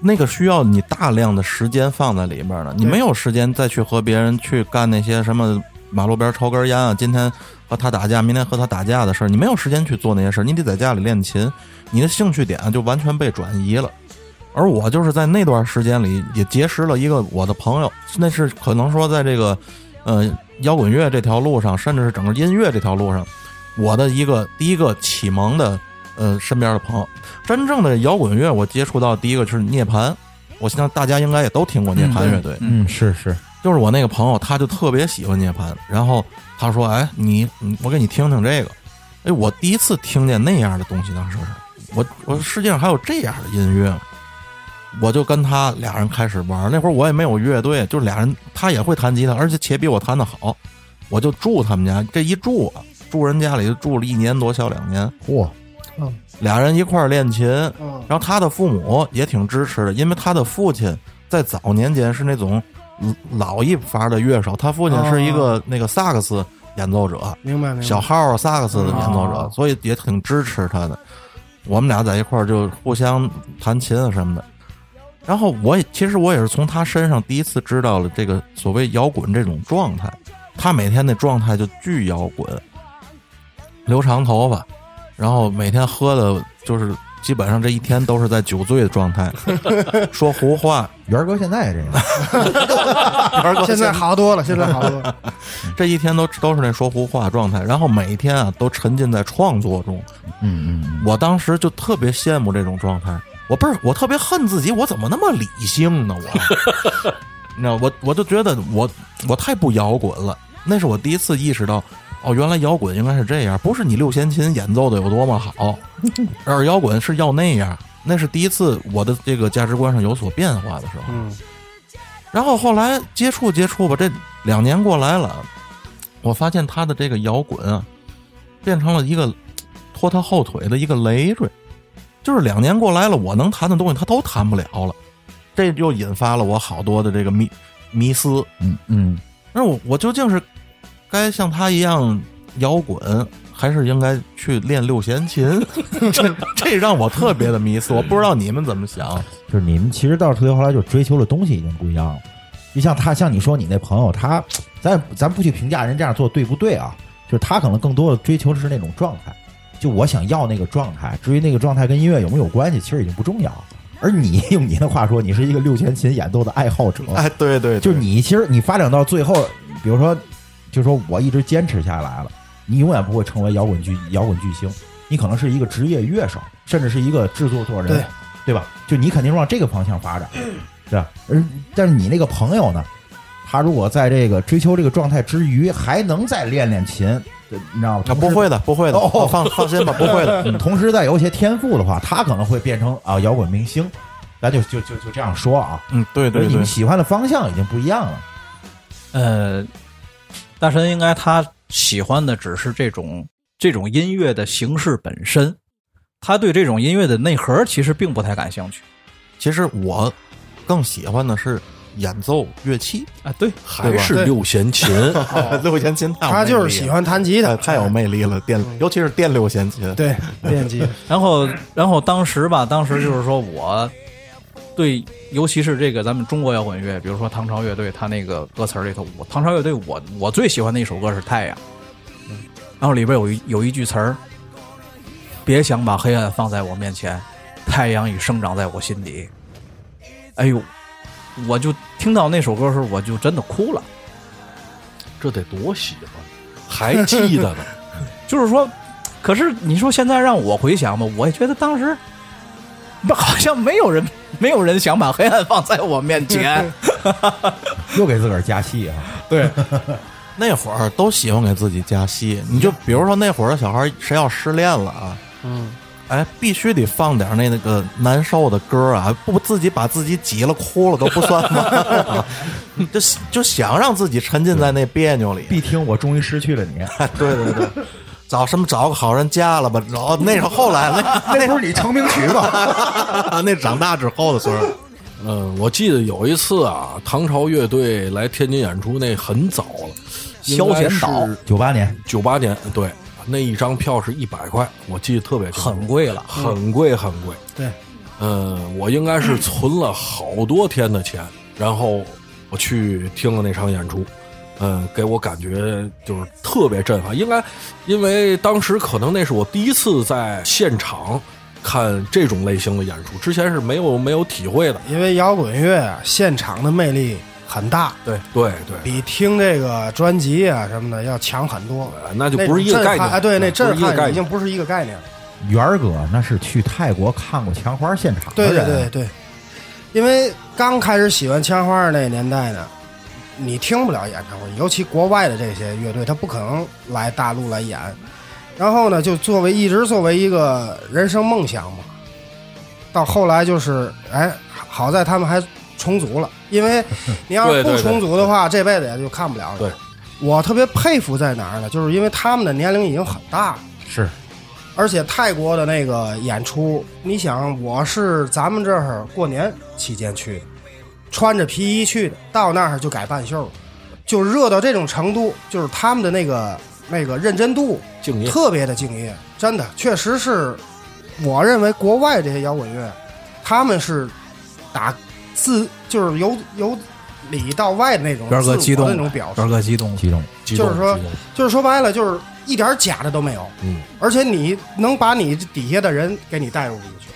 Speaker 2: 那个需要你大量的时间放在里面的，你没有时间再去和别人去干那些什么马路边抽根烟啊，今天和他打架，明天和他打架的事儿，你没有时间去做那些事儿，你得在家里练琴，你的兴趣点就完全被转移了。而我就是在那段时间里也结识了一个我的朋友，那是可能说在这个呃摇滚乐这条路上，甚至是整个音乐这条路上，我的一个第一个启蒙的呃身边的朋友。真正的摇滚乐，我接触到第一个就是涅槃。我相信大家应该也都听过涅槃乐队，
Speaker 3: 嗯，
Speaker 5: 是是，
Speaker 2: 就是我那个朋友，他就特别喜欢涅槃，然后他说：“哎，你你我给你听听这个。”哎，我第一次听见那样的东西，当时是我我说世界上还有这样的音乐吗，我就跟他俩人开始玩。那会儿我也没有乐队，就俩人，他也会弹吉他，而且且比我弹的好。我就住他们家，这一住啊，住人家里住了一年多，小两年，
Speaker 5: 嚯，
Speaker 2: 俩人一块儿练琴。
Speaker 4: 嗯
Speaker 2: 然后他的父母也挺支持的，因为他的父亲在早年间是那种嗯老一伐的乐手，他父亲是一个那个萨克斯演奏者，
Speaker 4: 明白明白。
Speaker 2: 小号儿萨克斯的演奏者
Speaker 3: 哦，
Speaker 2: 所以也挺支持他的。我们俩在一块儿就互相弹琴啊什么的。然后我也其实我也是从他身上第一次知道了这个所谓摇滚这种状态。他每天那状态就巨摇滚，留长头发，然后每天喝的就是基本上这一天都是在酒醉的状态， [LAUGHS] 说胡话。
Speaker 5: 元儿哥现在也这样，
Speaker 2: 二哥
Speaker 4: 现在好多了，现在好多了。
Speaker 2: 这一天都都是那说胡话状态，然后每天啊都沉浸在创作中。
Speaker 5: 嗯嗯
Speaker 2: 我当时就特别羡慕这种状态，我不是我特别恨自己，我怎么那么理性呢？我， [LAUGHS] 你知道，我我就觉得我我太不摇滚了，那是我第一次意识到，哦，原来摇滚应该是这样，不是你六弦琴演奏的有多么
Speaker 5: [LAUGHS]
Speaker 2: 好，而摇滚是要那样，那是第一次我的这个价值观上有所变化的时候。
Speaker 4: 嗯
Speaker 2: 然后后来接触接触吧，这两年过来了，我发现他的这个摇滚啊，变成了一个拖他后腿的一个累赘。就是两年过来了，我能谈的东西他都谈不了了，这就引发了我好多的这个迷迷思。
Speaker 5: 嗯嗯
Speaker 2: 那我我究竟是该像他一样摇滚，还是应该去练六弦琴？ [LAUGHS] 这这让我特别的迷思，我不知道你们怎么想。
Speaker 5: 嗯，就是你们其实到最后来就追求的东西已经不一样了。就像他，像你说你那朋友，他，咱咱不去评价人这样做对不对啊，就是他可能更多的追求的是那种状态，就我想要那个状态。至于那个状态跟音乐有没有关系，其实已经不重要了。而你 [LAUGHS] 用你的话说，你是一个六弦琴演奏的爱好者，
Speaker 2: 哎，对对对
Speaker 5: 就是你其实你发展到最后，比如说，就说我一直坚持下来了，你永远不会成为摇滚巨摇滚巨星，你可能是一个职业乐手，甚至是一个制作作人，
Speaker 4: 对
Speaker 5: 对吧？就你肯定是往这个方向发展，对吧？而但是你那个朋友呢，他如果在这个追求这个状态之余，还能再练练琴，对你知道吗？
Speaker 2: 啊，不会的，不会的，
Speaker 5: 哦
Speaker 2: 哦、放放心吧，不
Speaker 4: [LAUGHS]
Speaker 2: 会的。
Speaker 5: 嗯同时再有一些天赋的话，他可能会变成啊摇滚明星，咱就就就就这样说啊，
Speaker 2: 嗯，对
Speaker 5: 所
Speaker 2: 对
Speaker 5: 以你
Speaker 2: 对
Speaker 5: 们，喜欢的方向已经不一样了。
Speaker 3: 呃，大神应该他喜欢的只是这种这种音乐的形式本身，他对这种音乐的内核其实并不太感兴趣
Speaker 2: 其实我更喜欢的是演奏乐器，
Speaker 3: 啊。对，
Speaker 6: 还是六弦琴，
Speaker 2: [LAUGHS] 六弦琴太有魅力了。
Speaker 4: 他就是喜欢弹吉
Speaker 2: 哎
Speaker 4: 他，
Speaker 2: 太有魅力了，电，尤其是电六弦琴。
Speaker 4: 嗯对练吉他。
Speaker 3: 然后然后当时吧，当时就是说我对，尤其是这个咱们中国摇滚乐，比如说唐朝乐队，他那个歌词儿里头，我唐朝乐队我我最喜欢的一首歌是《太阳》，然后里边有一有一句词儿，别想把黑暗放在我面前，太阳已生长在我心底。哎呦，我就听到那首歌的时候，我就真的哭了。
Speaker 6: 这得多喜欢， [LAUGHS] 还记得 [LAUGHS] 呢。
Speaker 3: 就是说，可是你说现在让我回想吧，我也觉得当时好像没有人没有人想把黑暗放在我面前。
Speaker 5: 又给自个儿加戏啊！
Speaker 3: 对，
Speaker 2: 那会儿都喜欢给自己加戏，你就比如说那会儿的小孩儿，谁要失恋了啊，
Speaker 4: 嗯，
Speaker 2: 哎，必须得放点那个难受的歌啊，不自己把自己挤了哭了都不算
Speaker 4: [LAUGHS]
Speaker 2: 吗？ [LAUGHS] 就就想让自己沉浸在那别扭里。
Speaker 5: 必听我终于失去了你，
Speaker 2: [LAUGHS] 对对对，找什么找个好人嫁了吧？找那是后来那
Speaker 5: [LAUGHS] 那不是你成名曲吗？
Speaker 2: 那 [LAUGHS] 那长大之后的时候。
Speaker 6: 嗯，我记得有一次啊，唐朝乐队来天津演出，那很早了，
Speaker 3: 消遣岛
Speaker 5: 九八年，
Speaker 6: 九八年，对，那一张票是一百块，我记得特别清楚嗯
Speaker 3: 很贵了。
Speaker 6: 很贵很贵。
Speaker 4: 对，
Speaker 6: 呃，我应该
Speaker 3: [COUGHS]
Speaker 6: 是存了好多天的钱，然后我去听了那场演出，嗯，给我感觉就是特别震撼。应该因为当时可能那是我第一次在现场看这种类型的演出，之前是没有没有体会的。
Speaker 4: 因为摇滚乐啊，现场的魅力很大，
Speaker 6: 对对对，
Speaker 4: 比听这个专辑啊什么的要强很多。
Speaker 6: 呃那就
Speaker 4: 那
Speaker 6: 不是一个
Speaker 4: 震
Speaker 6: 概
Speaker 4: 撼
Speaker 6: 念
Speaker 4: 啊！对，那震
Speaker 6: 不是一个概
Speaker 4: 撼已经
Speaker 6: 念。
Speaker 4: 不是一个概念了。
Speaker 5: 元儿哥那是去泰国看过墙花现场
Speaker 4: 对
Speaker 5: 的
Speaker 4: 对
Speaker 5: 人，
Speaker 4: 对对，因为刚开始喜欢枪花那年代呢，你听不了演唱会，尤其国外的这些乐队，他不可能来大陆来演。然后呢，就作为一直作为一个人生梦想嘛，到后来就是哎，好在
Speaker 6: [LAUGHS]
Speaker 4: 他们还重组了，因为你要是
Speaker 6: 对
Speaker 4: 不
Speaker 6: 对对
Speaker 4: 重组的话，这辈子也就看不了了。
Speaker 6: 对
Speaker 4: 我特别佩服在哪儿呢？就是因为他们的年龄已经很大了，
Speaker 5: 是
Speaker 4: 而且泰国的那个演出，你想，我是咱们这儿过年期间去的，穿着皮衣去的，到那儿就改半袖了，就热到这种程度，就是他们的那个那个认真度
Speaker 6: 敬业，
Speaker 4: 特别的敬业，真的，确实是，我认为国外这些摇滚乐，他们是打自就是由由里到外的那种
Speaker 3: 元
Speaker 4: 自
Speaker 3: 哥
Speaker 4: 我
Speaker 3: 激动
Speaker 4: 的
Speaker 3: 了嗯
Speaker 4: 那种表
Speaker 3: 元
Speaker 4: 示，
Speaker 3: 哥激动了，
Speaker 5: 其中
Speaker 6: 激动
Speaker 4: 就是说
Speaker 6: 激动
Speaker 4: 就是说白了，就是一点假的都没有。
Speaker 6: 嗯，
Speaker 4: 而且你能把你底下的人给你带入进去，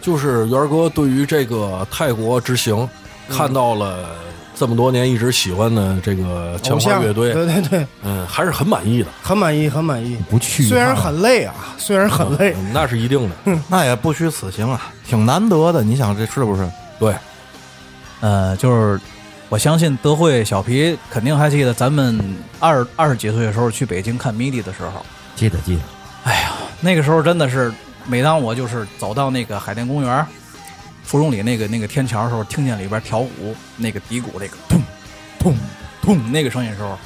Speaker 6: 就是元儿哥对于这个泰国之行，看到了这么多年一直喜欢的这个
Speaker 4: 偶
Speaker 6: 枪花
Speaker 4: 像
Speaker 6: 乐队，
Speaker 4: 对对对，
Speaker 6: 嗯，还是很满意的，
Speaker 4: 很满意，很满意。
Speaker 5: 不去一趟，
Speaker 4: 虽然很累啊，虽然很累，
Speaker 6: 嗯那是一定的。
Speaker 2: 那也不虚此行啊，挺难得的。你想这是不是？
Speaker 6: 对，
Speaker 3: 呃，就是我相信德惠小皮肯定还记得咱们二二十几岁的时候去北京看 MIDI 的时候，哎
Speaker 5: 记得记得，
Speaker 3: 那个时候真的是，每当我就是走到那个海淀公园、芙蓉里那个那个天桥的时候，听见里边调鼓那个底鼓那个砰砰砰那个声音的时候，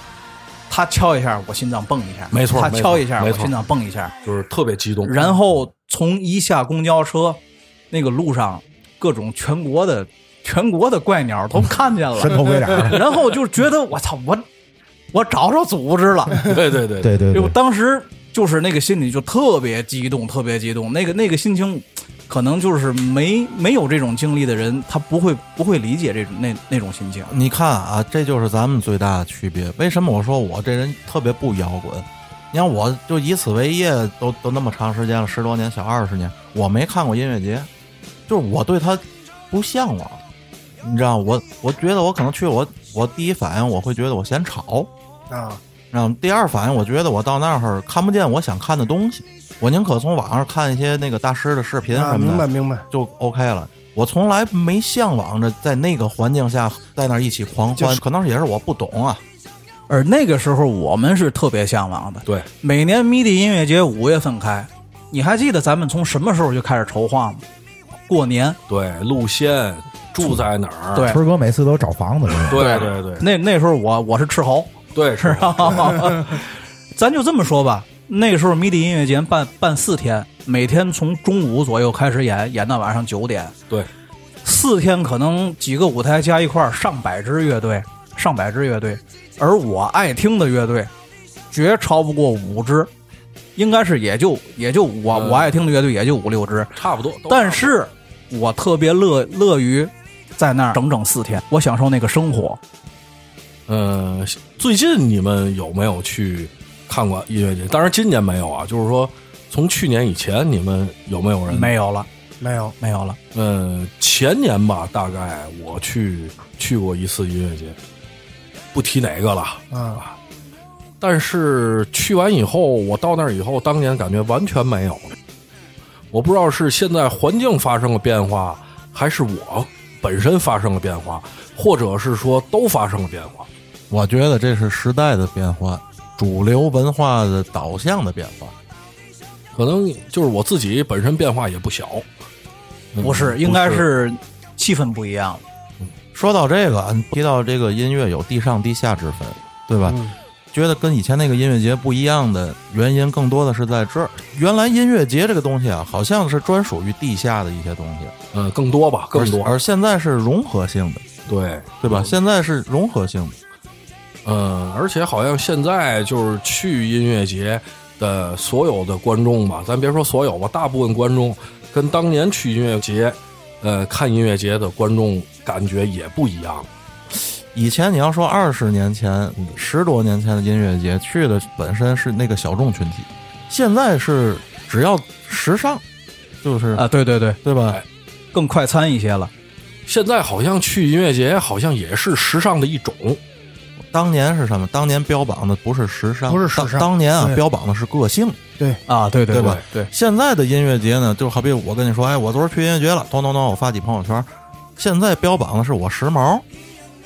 Speaker 3: 他敲一下，我心脏蹦一下，
Speaker 6: 没错
Speaker 3: 他
Speaker 6: 没错
Speaker 3: 敲一下，
Speaker 6: 没
Speaker 3: 我
Speaker 6: 错
Speaker 3: 心脏蹦一下，
Speaker 6: 就是特别激动。
Speaker 3: 然后从一下公交车，那个路上各种全国的全国的怪鸟都看见
Speaker 5: 伸
Speaker 3: 了，
Speaker 5: 头盔长。
Speaker 3: [LAUGHS] 然后就觉得我操我我找着组织了，
Speaker 6: 对对对，
Speaker 5: 对对
Speaker 3: 我
Speaker 5: 对，
Speaker 3: 当时就是那个心里就特别激动，特别激动，那个那个心情。可能就是没没有这种经历的人，他不会不会理解这种那那种心情。
Speaker 2: 你看啊，这就是咱们最大的区别。为什么我说我这人特别不摇滚？你看，我就以此为业，都都那么长时间了，十多年，小二十年，我没看过音乐节，就是我对它不向往，你知道，我我觉得我可能去我我第一反应我会觉得我嫌吵，
Speaker 4: 啊，
Speaker 2: 然后第二反应，我觉得我到那儿看不见我想看的东西，我宁可从网上看一些那个大师的视频
Speaker 4: 啊
Speaker 2: 什么
Speaker 4: 明
Speaker 2: 的，
Speaker 4: 白明白，
Speaker 2: 就 OK 了。我从来没向往着在那个环境下在那儿一起狂
Speaker 4: 就
Speaker 2: 欢，可能也是我不懂啊。
Speaker 3: 而那个时候，我们是特别向往的。
Speaker 6: 对，
Speaker 3: 每年 MIDI 音乐节五月份开，你还记得咱们从什么时候就开始筹划吗？过年，
Speaker 6: 对，路线住在哪儿？
Speaker 3: 对
Speaker 5: 春哥每次都找房子，真的
Speaker 6: 对对对
Speaker 3: 那那时候我我是斥候，
Speaker 6: 对，是吧？
Speaker 3: [LAUGHS] 咱就这么说吧。那个时候 MIDI 音乐节办办四天，每天从中午左右开始演，演到晚上九点。
Speaker 6: 对，
Speaker 3: 四天可能几个舞台加一块儿，上百支乐队，上百支乐队，而我爱听的乐队，绝超不过五支，应该是也就也就我、
Speaker 6: 嗯
Speaker 3: 我爱听的乐队也就五六支，
Speaker 6: 差不多。都
Speaker 3: 但
Speaker 6: 差
Speaker 3: 是我特别乐乐于在那儿整整四天，我享受那个生活。
Speaker 6: 不多，呃，最近你们有没有去看过音乐节？当然今年没有啊，就是说从去年以前，你们有没有人？
Speaker 3: 没有了，
Speaker 4: 没有
Speaker 3: 没有了。
Speaker 6: 呃，前年吧，大概我去去过一次音乐节，不提哪个了。
Speaker 4: 啊，
Speaker 6: 但是去完以后，我到那儿以后，当年感觉完全没有了。我不知道是现在环境发生了变化，还是我本身发生了变化，或者是说都发生了变化。
Speaker 2: 我觉得这是时代的变化，主流文化的导向的变化。
Speaker 6: 可能就是我自己本身变化也不小，嗯
Speaker 3: 不是，应该是气氛不一样了。
Speaker 2: 说到这个，嗯提到这个音乐有地上地下之分，对吧？
Speaker 4: 嗯
Speaker 2: 觉得跟以前那个音乐节不一样的原因，更多的是在这儿。原来音乐节这个东西啊，好像是专属于地下的一些东西，
Speaker 6: 呃更多吧，更多嗯
Speaker 2: 而而现在是融合性的，
Speaker 6: 对，
Speaker 2: 对吧？现在是融合性的，
Speaker 6: 嗯，而且好像现在就是去音乐节的所有的观众吧，咱别说所有吧，大部分观众跟当年去音乐节，呃，看音乐节的观众感觉也不一样。
Speaker 2: 以前你要说二十年前、十多年前的音乐节，去的本身是那个小众群体，现在是只要时尚，就是、
Speaker 3: 啊，对对对，
Speaker 2: 对吧
Speaker 6: 哎？
Speaker 3: 更快餐一些了。
Speaker 6: 现在好像去音乐节，好像也是时尚的一种。
Speaker 2: 当年是什么？当年标榜的不是时尚，
Speaker 4: 不是时尚
Speaker 2: 当当年啊，
Speaker 4: 对
Speaker 2: 标榜的是个性。
Speaker 3: 啊，对对
Speaker 2: 对吧？
Speaker 3: 对，
Speaker 2: 现在的音乐节呢，就好比我跟你说，哎，我昨儿去音乐节了，咚咚咚，我发几朋友圈。现在标榜的是我时髦，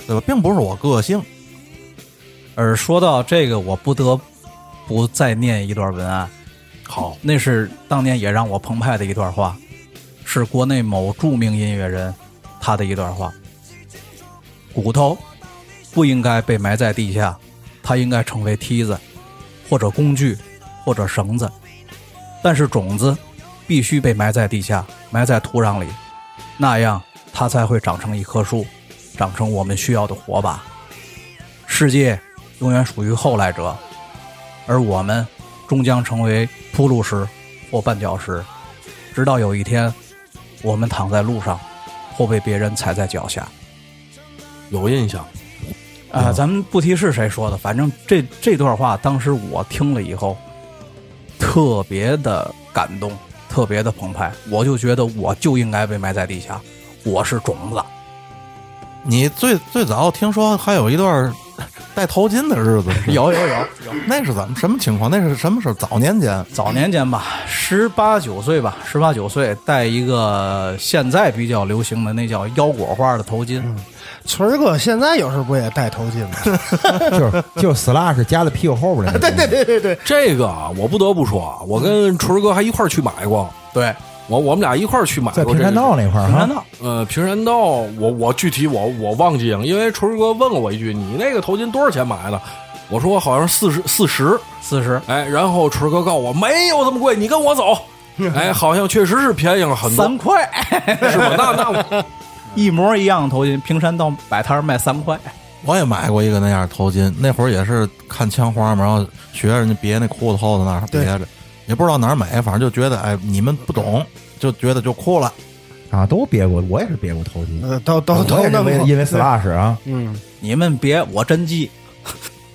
Speaker 2: 对吧？并不是我个性。
Speaker 3: 而说到这个，我不得不再念一段文案，
Speaker 6: 好，
Speaker 3: 那是当年也让我澎湃的一段话，是国内某著名音乐人他的一段话：骨头不应该被埋在地下，它应该成为梯子，或者工具，或者绳子。但是种子必须被埋在地下，埋在土壤里，那样它才会长成一棵树，长成我们需要的火把。世界永远属于后来者，而我们终将成为铺路石或绊脚石，直到有一天，我们躺在路上，或被别人踩在脚下。
Speaker 6: 有印象。
Speaker 3: 啊、咱们不提是谁说的，反正这这段话当时我听了以后，特别的感动，特别的澎湃，我就觉得我就应该被埋在地下，我是种子。
Speaker 2: 你最最早听说还有一段 [LAUGHS] 戴头巾的日
Speaker 4: [LAUGHS]
Speaker 2: 子，是吧
Speaker 3: 有有有，
Speaker 2: 那是怎么什么情况？那是什么时候？早年间，
Speaker 3: 早年间吧，十八九岁吧，十八九岁戴一个现在比较流行的那叫腰果花的头巾，
Speaker 4: 锤儿哥现在有时候不也戴头巾吗？
Speaker 5: 就是就是 slash 夹在屁股后边儿的那种。
Speaker 4: 对对对，
Speaker 6: 这个啊我不得不说啊，我跟锤儿哥还一块儿去买过，
Speaker 3: 对，
Speaker 6: 我我们俩一块儿去买
Speaker 5: 在
Speaker 6: 过
Speaker 5: 平
Speaker 6: 这
Speaker 5: 山
Speaker 6: 个
Speaker 5: 道那块儿
Speaker 3: 平山
Speaker 5: 哈，
Speaker 3: 道
Speaker 6: 呃，平山道，我我具体我我忘记了，因为锤儿哥问了我一句：“你那个头巾多少钱买的？”我说：“我好像四十四十。
Speaker 3: 四十”
Speaker 6: 哎，然后锤儿哥告诉我没有这么贵，你跟我 [LAUGHS] 走。哎，好像确实是便宜了很多
Speaker 3: 三，块， [LAUGHS]
Speaker 6: 是吧？那那我
Speaker 3: 一模一样的头巾，平山道摆摊儿卖三块。
Speaker 2: 我也买过一个那样的头巾，那会儿也是看枪花嘛，然后学着人家别那裤子后头那儿别
Speaker 4: 对
Speaker 2: 着，也不知道哪儿买，反正就觉得哎，你们不懂，就觉得就酷了。
Speaker 5: 啊，都别过，我也是别过头巾，
Speaker 4: 呃，都都
Speaker 5: 我
Speaker 4: 都
Speaker 5: 也是
Speaker 4: 弄
Speaker 5: 为
Speaker 4: 过，
Speaker 5: 因为 slash 啊，
Speaker 4: 嗯，
Speaker 3: 你们别，我真记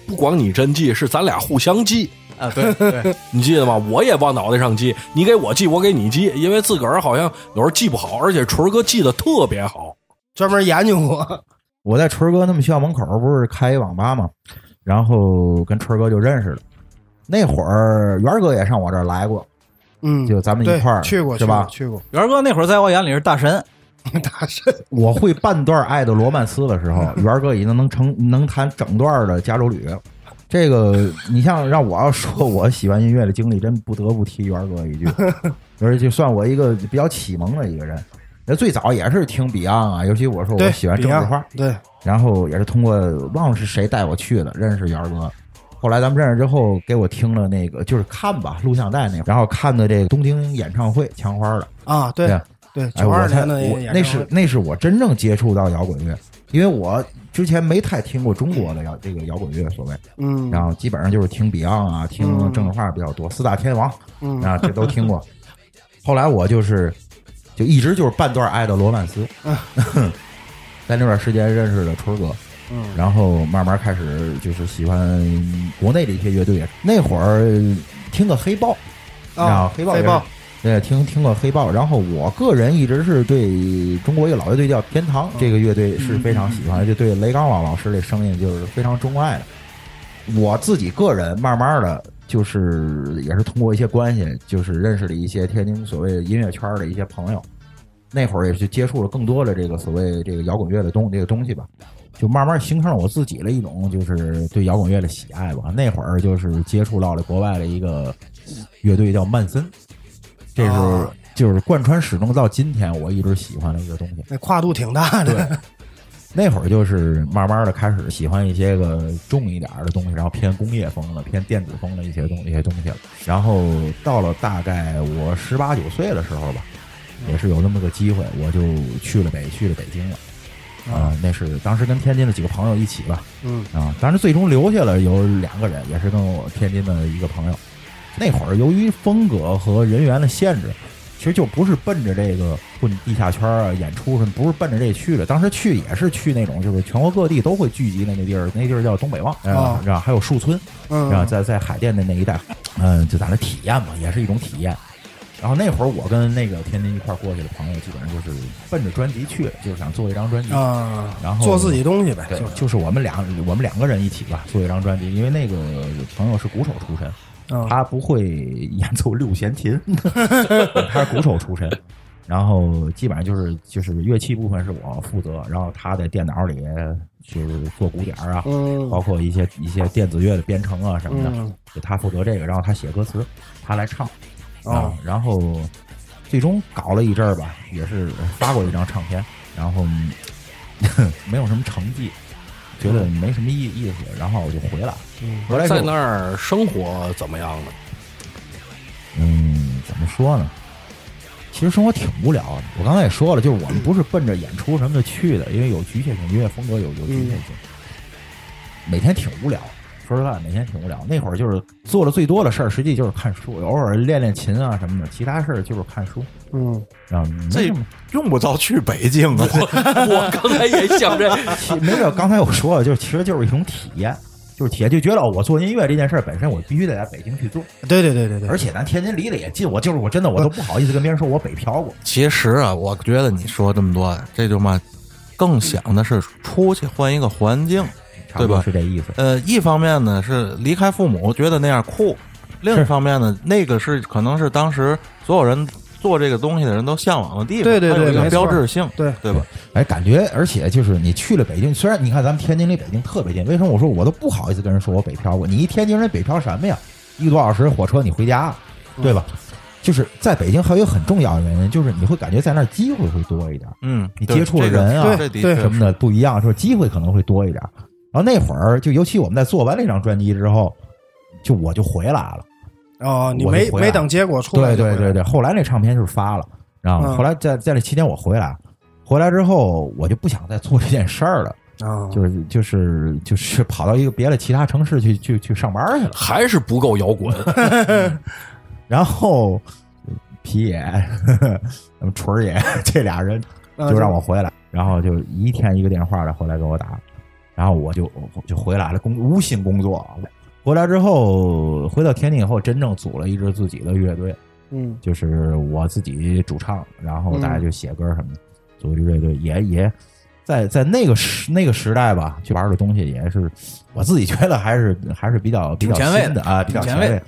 Speaker 6: 不光你真记，是咱俩互相记，
Speaker 3: 啊，对对，
Speaker 6: [LAUGHS] 你记得吗？我也往脑袋上记，你给我记，我给你记，因为自个儿好像有时候记不好，而且锤儿哥记得特别好。
Speaker 4: 专门研究过，
Speaker 5: 我在春儿哥他们学校门口不是开一网吧嘛，然后跟春儿哥就认识了。那会儿元儿哥也上我这儿来过，
Speaker 4: 嗯，
Speaker 5: 就咱们
Speaker 4: 对
Speaker 5: 一块儿
Speaker 4: 去过
Speaker 5: 是吧
Speaker 4: 去过
Speaker 3: 元儿哥那会儿在我眼里是大神，
Speaker 4: 去过， [LAUGHS] 大神，
Speaker 5: 我会半段《爱的罗曼斯》的
Speaker 4: [LAUGHS]
Speaker 5: 时候，元儿哥已经能成能弹整段的《加州旅》了。这个，你像让我要说我喜欢音乐的经历，真不得不提元儿哥
Speaker 4: [LAUGHS]
Speaker 5: 一句，而且算我一个比较启蒙的一个人。那最早也是听 Beyond 啊，尤其我说我
Speaker 4: 对，
Speaker 5: 喜欢郑智化，
Speaker 4: Beyond，对，
Speaker 5: 然后也是通过忘了是谁带我去的，认识元儿哥。后来咱们认识之后，给我听了那个就是看吧录像带那个，然后看的这个东京演唱会枪花的，
Speaker 4: 啊，对
Speaker 5: 对
Speaker 4: 对，
Speaker 5: 哎，
Speaker 4: 九
Speaker 5: 我
Speaker 4: 二
Speaker 5: 才
Speaker 4: 年的
Speaker 5: 我
Speaker 4: 演唱
Speaker 5: 那
Speaker 4: 会
Speaker 5: 是那是我真正接触到摇滚乐，因为我之前没太听过中国的摇这个摇滚乐所谓，
Speaker 4: 嗯
Speaker 5: 然后基本上就是听 Beyond 啊，听郑智化比较多，四大天王
Speaker 4: 嗯 [LAUGHS]
Speaker 5: 啊这都听过。后来我就是就一直就是半段爱的罗曼
Speaker 4: [LAUGHS]
Speaker 5: 斯， [LAUGHS] 在那段时间认识了春哥，
Speaker 4: 嗯
Speaker 5: 然后慢慢开始就是喜欢国内的一些乐队。那会儿听个黑豹，
Speaker 4: 啊，
Speaker 5: 黑豹
Speaker 4: 黑
Speaker 5: 也是
Speaker 4: 豹，
Speaker 5: 对，听听过黑豹，然后我个人一直是对中国一个老乐队叫天堂这个乐队是非常喜欢的，就对雷刚老老师这声音就是非常钟爱的。我自己个人慢慢的就是也是通过一些关系，就是认识了一些天津所谓音乐圈的一些朋友，那会儿也是接触了更多的这个所谓这个摇滚乐的东这个东西吧，就慢慢形成了我自己的一种就是对摇滚乐的喜爱吧。那会儿就是接触到了国外的一个乐队叫曼森，这是
Speaker 4: 啊
Speaker 5: 就是贯穿始终到今天我一直喜欢的一个东西。
Speaker 4: 那跨度挺大的，
Speaker 5: 那会儿就是慢慢的开始喜欢一些个重一点儿的东西，然后偏工业风了，偏电子风的一些东一些东西了。然后到了大概我十八九岁的时候吧，也是有那么个机会，我就去了北去了北京了。啊、那是当时跟天津的几个朋友一起吧，
Speaker 4: 嗯
Speaker 5: 啊，当时最终留下了有两个人，也是跟我天津的一个朋友。那会儿由于风格和人员的限制，其实就不是奔着这个混地下圈啊、演出什么，不是奔着这去的。当时去也是去那种就是全国各地都会聚集的那地儿，那地儿叫东北旺，
Speaker 4: 哦
Speaker 5: 啊，然后还有树村，然后
Speaker 4: 嗯，
Speaker 5: 在在海淀的那一带，嗯，就在那体验嘛，也是一种体验。然后那会儿我跟那个天津一块儿过去的朋友，基本上就是奔着专辑去的，就是想做一张专辑
Speaker 4: 啊，
Speaker 5: 然后
Speaker 4: 做自己东西呗，
Speaker 5: 对
Speaker 4: 就，是
Speaker 5: 就是我们俩，我们两个人一起吧，做一张专辑。因为那个朋友是鼓手出身，
Speaker 4: 嗯
Speaker 5: 他不会演奏六弦琴， [LAUGHS] 他是鼓手出身。然后基本上就是就是乐器部分是我负责，然后他在电脑里就是做鼓点儿啊，
Speaker 4: 嗯
Speaker 5: 包括一些一些电子乐的编程啊什么的，
Speaker 4: 嗯
Speaker 5: 就他负责这个，然后他写歌词，他来唱啊、
Speaker 4: 哦
Speaker 5: 然后最终搞了一阵儿吧， [LAUGHS] 也是发过一张唱片，然后嗯没有什么成绩，觉得没什么意意思，然后我就回来。回来之
Speaker 6: 在
Speaker 5: 后
Speaker 6: 那儿生活怎么样呢？
Speaker 5: 嗯，怎么说呢？其实生活挺无聊的。我刚才也说了，就是我们不是奔着演出什么的去的，因为有局限性，音乐风格有有局限性。每天挺无聊，说实话，每天挺无聊。那会儿就是做的最多的事儿，实际就是看书，偶尔练练琴啊什么的，其他事儿就是看书。
Speaker 4: 嗯，
Speaker 5: 然后没
Speaker 2: 这
Speaker 5: 什么
Speaker 2: 用不着去北京啊，这
Speaker 6: 我刚才也想这，
Speaker 5: 其没准刚才我说了，就是其实就是一种体验，就是体验，就觉得我做音乐这件事儿本身，我必须得在北京去做，
Speaker 4: 对对对对对，
Speaker 5: 而且咱天津离得也近，我就是我真的我都不好意思跟别人说我北漂过。
Speaker 2: 其实啊，我觉得你说这么多，这就嘛，更想的是出去换一个环境。
Speaker 5: 差不多
Speaker 2: 对吧
Speaker 5: 是这意思。
Speaker 2: 呃，一方面呢是离开父母，觉得那样酷；另一方面呢，那个是可能是当时所有人做这个东西的人都向往的地方，
Speaker 4: 对对
Speaker 2: 它有
Speaker 4: 对
Speaker 2: 一个
Speaker 4: 没
Speaker 2: 标
Speaker 4: 错
Speaker 2: 志性，
Speaker 4: 对
Speaker 2: 对吧？
Speaker 5: 哎，感觉而且就是你去了北京，虽然你看咱们天津离北京特别近，为什么我说我都不好意思跟人说我北漂过？你一天津人北漂什么呀？一个多小时火车你回家，啊对吧？就是在北京还有一个很重要的原因，就是你会感觉在那儿机会会多一点，
Speaker 2: 嗯，
Speaker 5: 你
Speaker 2: 对
Speaker 5: 接触
Speaker 2: 这
Speaker 5: 的
Speaker 2: 个
Speaker 5: 人啊
Speaker 2: 这的
Speaker 4: 对
Speaker 2: 确
Speaker 5: 什么
Speaker 2: 是
Speaker 5: 的不一样，就是机会可能会多一点。然后那会儿就尤其我们在做完那张专辑之后，就我就回来了。
Speaker 4: 哦，你
Speaker 5: 我就
Speaker 4: 没
Speaker 5: 回来
Speaker 4: 没等结果出来
Speaker 5: 对
Speaker 4: 就回
Speaker 5: 对
Speaker 4: 来，
Speaker 5: 对对，后来那唱片就是发了，然后
Speaker 4: 嗯
Speaker 5: 后来在在这期间我回来，回来之后我就不想再做这件事儿了。
Speaker 4: 啊，
Speaker 5: 就是就是就是跑到一个别的其他城市去去去上班去了，
Speaker 6: 还是不够摇滚。
Speaker 5: 然后呃皮 [LAUGHS] 爷、嗯锤儿爷这俩人
Speaker 4: 啊
Speaker 5: 就让我回来，然后就一天一个电话的回来给我打，然后我就我就回来了，工无心工作。啊回来之后，回到天津以后，真正组了一支自己的乐队，
Speaker 4: 嗯
Speaker 5: 就是我自己主唱，然后大家就写歌什么的，组一支乐队也也在在那个时那个时代吧，去玩的东西也是我自己觉得还是 [LAUGHS] 还是比较比较
Speaker 3: 前卫的
Speaker 5: 新的啊，比较
Speaker 3: 挺前
Speaker 5: 前
Speaker 3: 卫
Speaker 5: 卫，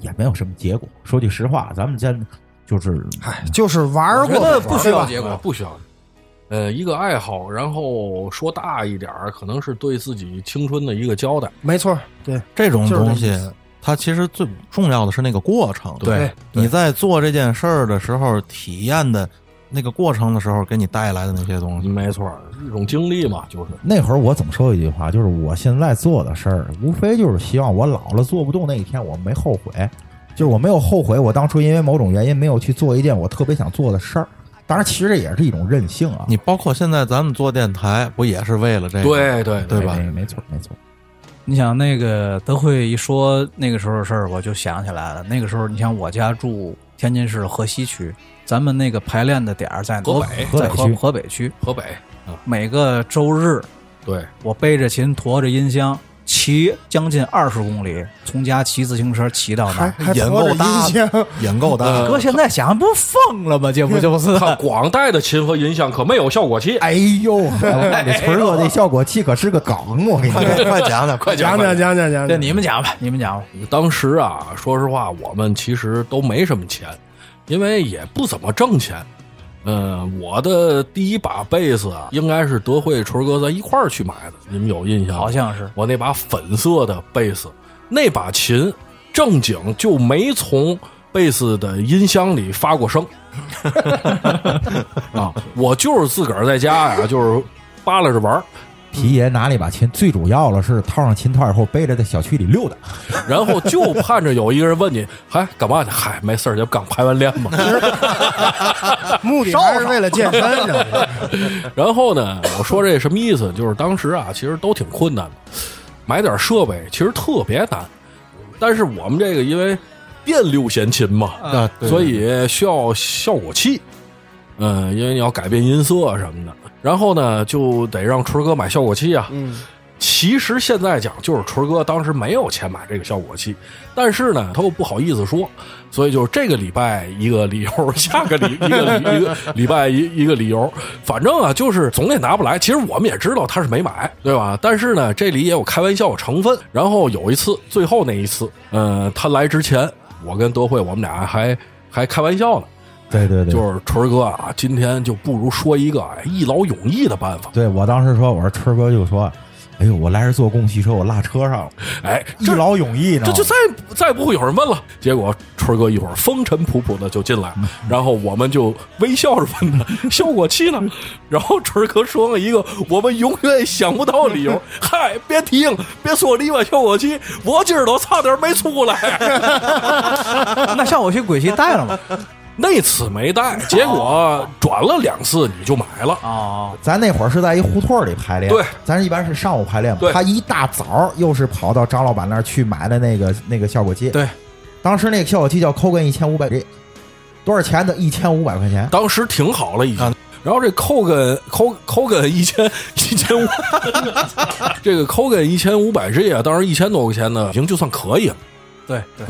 Speaker 5: 也没有什么结果。说句实话，咱们先就是
Speaker 4: 嗨，哎就是玩儿过
Speaker 6: 我觉得
Speaker 4: 呗
Speaker 6: 不需要
Speaker 4: 对吧
Speaker 6: 结果，不需要。呃，一个爱好，然后说大一点儿，可能是对自己青春的一个交代。
Speaker 4: 没错，对，
Speaker 6: 啊
Speaker 2: 这种
Speaker 4: 就是这
Speaker 2: 东
Speaker 4: 意
Speaker 2: 西，它其实最重要的是那个过程。
Speaker 4: 对
Speaker 2: 你在做这件事儿的时候，体验的那个过程的时候，给你带来的那些东西，
Speaker 6: 没错，一种经历嘛，就是
Speaker 5: 那会儿我总说一句话，就是我现在做的事儿，无非就是希望我老了做不动那一天，我没后悔，就是我没有后悔我当初因为某种原因没有去做一件我特别想做的事儿。当然，其实这也是一种任性啊。
Speaker 2: 你包括现在咱们做电台，不也是为了这个？
Speaker 6: 对对
Speaker 2: 对吧
Speaker 5: 哎没错，没错。
Speaker 3: 你想那个德惠一说那个时候的事儿，我就想起来了。那个时候，你像我家住天津市河西区，咱们那个排练的点儿在
Speaker 6: 河
Speaker 3: 俄
Speaker 6: 北
Speaker 5: 河
Speaker 3: 在
Speaker 5: 北
Speaker 3: 河
Speaker 5: 区
Speaker 3: 河北区。
Speaker 6: 河北，
Speaker 3: 每个周日，
Speaker 6: 对，
Speaker 3: 我背着琴，驮着音箱，骑将近二十公里，从家骑自行车骑到那
Speaker 4: 还
Speaker 3: 儿。
Speaker 4: 还
Speaker 2: 眼
Speaker 4: 拖着
Speaker 2: 够大
Speaker 4: 音箱，
Speaker 2: 瘾够大的。
Speaker 3: 哥现在想不疯了吗？这不
Speaker 6: [LAUGHS]
Speaker 3: 就是？
Speaker 6: 呃看广带的琴和音箱可没有效果器。
Speaker 5: 哎呦，你锤哥这效果器可是个梗，我跟你说。
Speaker 2: 快讲讲，快
Speaker 4: 讲讲讲讲讲，
Speaker 3: 对，你们讲吧，你们讲吧。
Speaker 6: 当时啊，说实话，我们其实都没什么钱，因为也不怎么挣钱。呃，我的第一把贝斯啊，应该是德惠锤哥咱一块儿去买的，你们有印象吗？
Speaker 3: 好像是
Speaker 6: 我那把粉色的贝斯，那把琴正经就没从贝斯的音箱里发过声啊！我就是自个儿在家呀、就是扒拉着玩儿
Speaker 5: 皮爷拿了一把琴，最主要了是套上琴套以后背着在小区里溜达。
Speaker 6: 然后就盼着有一个人问你：“嗨，干嘛去？”嗨，没事儿，就刚排完练嘛。
Speaker 4: 目的还是为了健身呢。
Speaker 6: [LAUGHS] 然后呢，我说这什么意思？就是当时啊，其实都挺困难的，买点设备其实特别难。但是我们这个因为电六弦琴嘛，
Speaker 2: 啊，对
Speaker 6: 所以需要效果器。嗯，因为你要改变音色什么的，然后呢，就得让春儿哥买效果器啊。
Speaker 4: 嗯，
Speaker 6: 其实现在讲，就是春儿哥当时没有钱买这个效果器，但是呢，他又不好意思说，所以就是这个礼拜一个理由， [LAUGHS] 下个礼一个理一个礼拜一一个理由，反正啊，就是总得拿不来。其实我们也知道他是没买，对吧？但是呢，这里也有开玩笑成分。然后有一次，最后那一次，呃，他来之前，我跟德惠我们俩还 [LAUGHS] 还开玩笑呢，
Speaker 5: 对对对，
Speaker 6: 就是春儿哥啊，哎今天就不如说一个一劳永逸的办法。
Speaker 5: 对我当时说，我说春哥就说。哎呦，我来是坐公共汽车，我落车上了，
Speaker 6: 哎，
Speaker 5: 一劳永逸呢。
Speaker 6: 这就再再也不会有人问了。结果春儿哥一会儿风尘仆仆的就进来了，然后我们就微笑着问他效果器呢，然后春儿哥说了一个我们永远想不到的理由，嗨，别提了，别说你买效果器，我今儿都差点没出来。
Speaker 3: [LAUGHS] 那效果器鬼器带 [LAUGHS] 了吗？
Speaker 6: 那次没带，结果转了两次你就买了。
Speaker 3: 哦，
Speaker 5: 咱那会儿是在一胡同儿里排练，
Speaker 6: 对，
Speaker 5: 咱一般是上午排练嘛
Speaker 6: 对
Speaker 5: 他一大早儿又是跑到张老板那儿去买的那个那个效果器，
Speaker 6: 对，
Speaker 5: 当时那个效果器叫 Kogan 一千五百，多少钱的？一千五百块钱。
Speaker 6: 当时挺好了已经。
Speaker 2: 啊
Speaker 6: 然后这扣根扣扣根一千 [LAUGHS] 一千五，这个扣根一千五百 G 啊，当时一千多块钱呢，已经就算可以了。嗯
Speaker 3: 对对，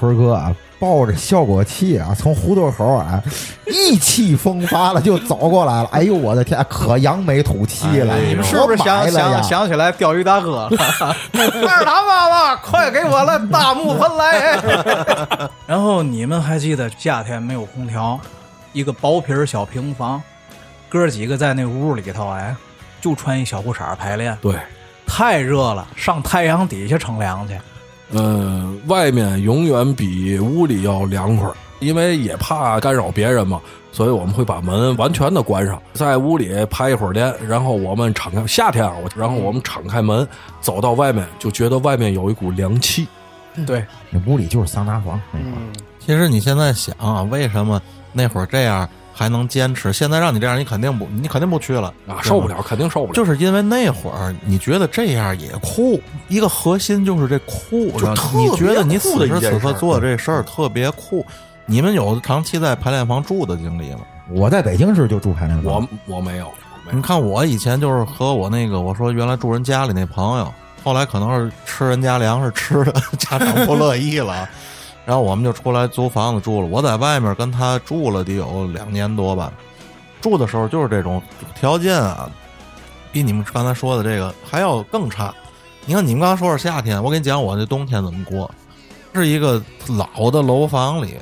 Speaker 5: 坤儿哥啊，抱着效果器啊，从胡同口啊，意气风发了就走过来了。哎呦，我的天，可扬眉吐气了！
Speaker 2: 哎你们
Speaker 5: 我
Speaker 3: 是不是想
Speaker 5: 买了呀
Speaker 3: 想想起来钓鱼大 [LAUGHS] 哥了？二郎妈妈，快给我来大木盆来！ [LAUGHS] 然后你们还记得夏天没有空调，一个薄皮儿小平房，哥几个在那屋里头哎，就穿一小裤衩儿排练，
Speaker 6: 对，
Speaker 3: 太热了，上太阳底下乘凉去。
Speaker 6: 呃，外面永远比屋里要凉快儿，因为也怕干扰别人嘛，所以我们会把门完全的关上，在屋里拍一会儿电，然后我们敞开夏天啊，我然后我们敞开门走到外面，就觉得外面有一股凉气。
Speaker 3: 对，
Speaker 5: 那屋里就是桑拿房，
Speaker 4: 嗯，
Speaker 2: 其实你现在想啊，为什么那会儿这样还能坚持？现在让你这样，你肯定不，你肯定不去了
Speaker 6: 啊，受不。了，肯定受不了，
Speaker 2: 就是因为那会儿你觉得这样也酷，一个核心就是这酷，
Speaker 6: 就
Speaker 2: 然后
Speaker 6: 特别
Speaker 2: 你觉得你
Speaker 6: 酷
Speaker 2: 此
Speaker 6: 的一
Speaker 2: 时
Speaker 6: 件
Speaker 2: 此刻
Speaker 6: 事儿
Speaker 2: 做的这事儿特别酷。你们有长期在排练房住的经历吗？
Speaker 5: 我在北京时就住排练房
Speaker 6: 我，我没有，我没有
Speaker 2: 你看我以前就是和我那个我说原来住人家里那朋友，后来可能是吃人家粮食吃的，家长不乐意
Speaker 6: [LAUGHS]
Speaker 2: 了，然后我们就出来租房子住了。我在外面跟他住了得有两年多吧，住的时候就是这种条件啊，比你们刚才说的这个还要更差。你看你们刚才说是夏天，我给你讲我这冬天怎么过，是一个老的楼房里，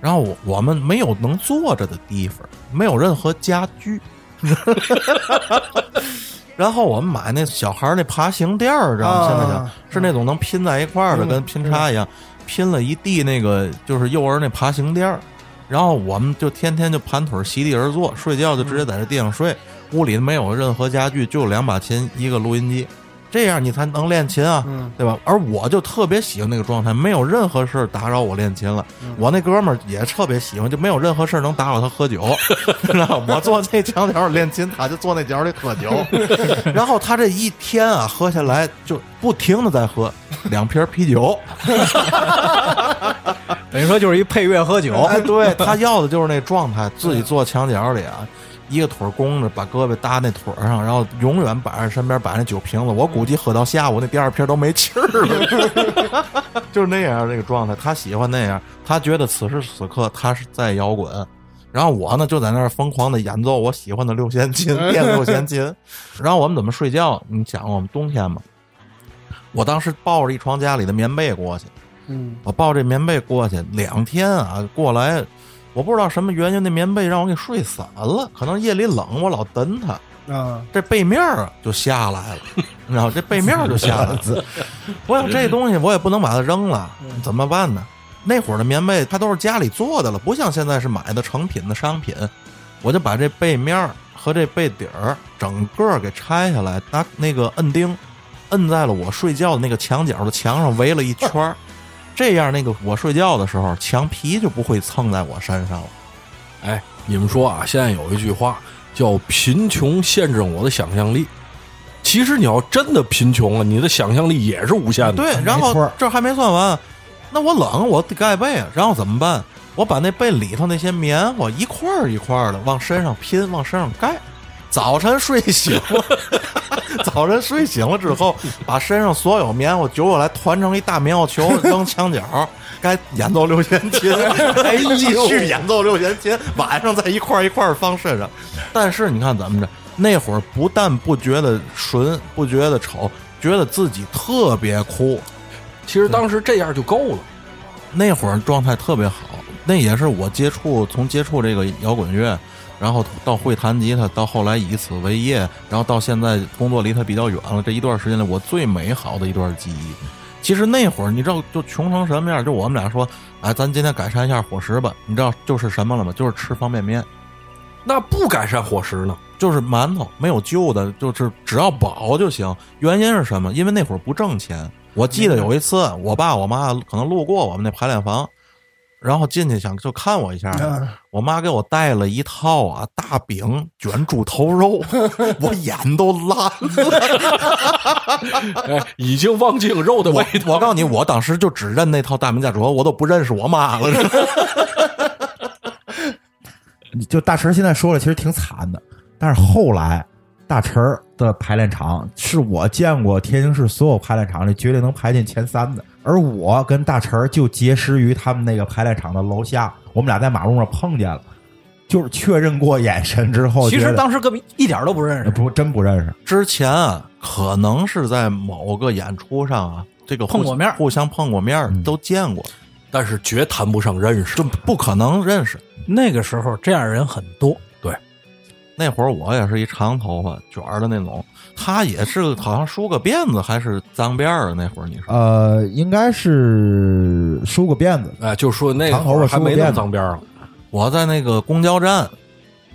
Speaker 2: 然后我我们没有能坐着的地方，没有任何家具。 [LAUGHS] 然后我们买那小孩儿那爬行垫儿，知道吗？
Speaker 4: 啊
Speaker 2: 现在想是那种能拼在一块儿的，跟拼插一样，拼了一地那个就是幼儿那爬行垫儿。然后我们就天天就盘腿儿席地而坐，睡觉就直接在这地上睡，屋里没有任何家具，就两把琴，一个录音机，这样你才能练琴啊，
Speaker 4: 嗯
Speaker 2: 对吧？而我就特别喜欢那个状态，没有任何事儿打扰我练琴了。我那哥们儿也特别喜欢，就没有任何事儿能打扰他喝酒。然后我坐那墙角儿练琴，他就坐那角儿里喝酒。然后他这一天啊，喝下来就不停的在喝两瓶儿啤酒。
Speaker 3: 等于说就是一配乐喝酒。
Speaker 2: 哎，对他要的就是那状态，自己坐墙角里啊，一个腿儿弓着，把胳膊搭那腿儿上，然后永远摆在身边摆那酒瓶子。我估计喝到下午那第二瓶都没气儿了，就是那样那个状态。他喜欢那样，他觉得此时此刻他是在摇滚。然后我呢就在那儿疯狂的演奏我喜欢的六弦琴、电子六弦琴。然后我们怎么睡觉？你想我们冬天嘛，我当时抱着一床家里的棉被过去，
Speaker 4: 嗯，
Speaker 2: 我抱这棉被过去两天啊，过来，我不知道什么原因，那棉被让我给睡散了，可能夜里冷，我老蹬它，
Speaker 4: 啊，
Speaker 2: 这背面儿啊就下来了， [LAUGHS] 你知道这背面儿就下来了。我有这东西，我也不能把它扔了，怎么办呢？那会儿的棉被它都是家里做的了，不像现在是买的成品的商品。我就把这背面儿和这被底儿整个儿给拆下来，拿那个摁钉摁在了我睡觉的那个墙角的墙上，围了一圈儿。这样，那个我睡觉的时候，墙皮就不会蹭在我身上了。
Speaker 6: 哎，你们说啊，现在有一句话叫“贫穷限制我的想象力”。其实你要真的贫穷了，你的想象力也是无限的。
Speaker 2: 对，然
Speaker 5: 没错
Speaker 2: 后
Speaker 5: 儿
Speaker 2: 这还没算完，那我冷，我得盖被，啊然后怎么办？我把那被里头那些棉花一块儿一块儿的往身上拼，往身上盖。早晨睡醒了， [LAUGHS] 早晨睡醒了之后，把身上所有棉花揪过来，团成一大棉花球，扔墙角，该演奏六弦
Speaker 5: [LAUGHS]
Speaker 2: 琴，哎，继续演奏六弦琴，晚上再一块儿一块儿放身上。但是你看咱们这那会儿，不但不觉得纯，不觉得丑，觉得自己特别酷，
Speaker 6: 其实当时这样就够了。
Speaker 2: 那会儿状态特别好，那也是我接触从接触这个摇滚乐然后到会弹吉他，到后来以此为业，然后到现在工作离他比较远了，这一段时间里我最美好的一段记忆。其实那会儿你知道就穷成什么样？就我们俩说，哎，咱今天改善一下伙食吧。你知道就是什么了吗？就是吃方便面，
Speaker 6: 那不改善伙食呢？
Speaker 2: 就是馒头，没有旧的，就是只要饱就行。原因是什么？因为那会儿不挣钱。我记得有一次，我爸我妈可能路过我们那排练房，然后进去想就看我一下，
Speaker 3: 啊
Speaker 4: 啊
Speaker 2: 我妈给我带了一套啊大饼卷猪头
Speaker 3: [LAUGHS]
Speaker 2: 肉，我眼都烂了。
Speaker 6: 哎，已经忘记了肉的味
Speaker 2: 我
Speaker 6: 道。
Speaker 2: 我告诉你，我当时就只认那套大明家卓，我都不认识我妈了。 [LAUGHS]
Speaker 5: 你就大陈现在说了，其实挺惨的。但是后来，大陈儿的排练场是我见过天津市所有排练场里绝对能排进前三的。而我跟大陈儿就结识于他们那个排练场的楼下，我们俩在马路上碰见了，就是确认过眼神之后，
Speaker 3: 其
Speaker 5: 觉
Speaker 3: 实
Speaker 5: 得
Speaker 3: 当时根本一点都不认识。
Speaker 5: 不真不认识。
Speaker 2: 之前啊，可能是在某个演出上啊，这个
Speaker 3: 碰过面儿嗯
Speaker 2: 互相碰过面儿，都见过，
Speaker 6: 但是绝谈不上认识
Speaker 2: 就。不可能认识。
Speaker 3: 那个时候这样人很多，
Speaker 2: 那会儿我也是一长头发卷儿的那种，他也是好像梳个辫子还是脏辫儿啊。那会儿你说
Speaker 5: 呃，应该是梳个辫子
Speaker 6: 哎，就说那
Speaker 5: 长头
Speaker 6: 会
Speaker 5: 发
Speaker 6: 儿还
Speaker 5: 梳个
Speaker 6: 没那
Speaker 5: 辫
Speaker 6: 么
Speaker 5: 子
Speaker 6: 脏辫儿了。
Speaker 2: 我在那个公交站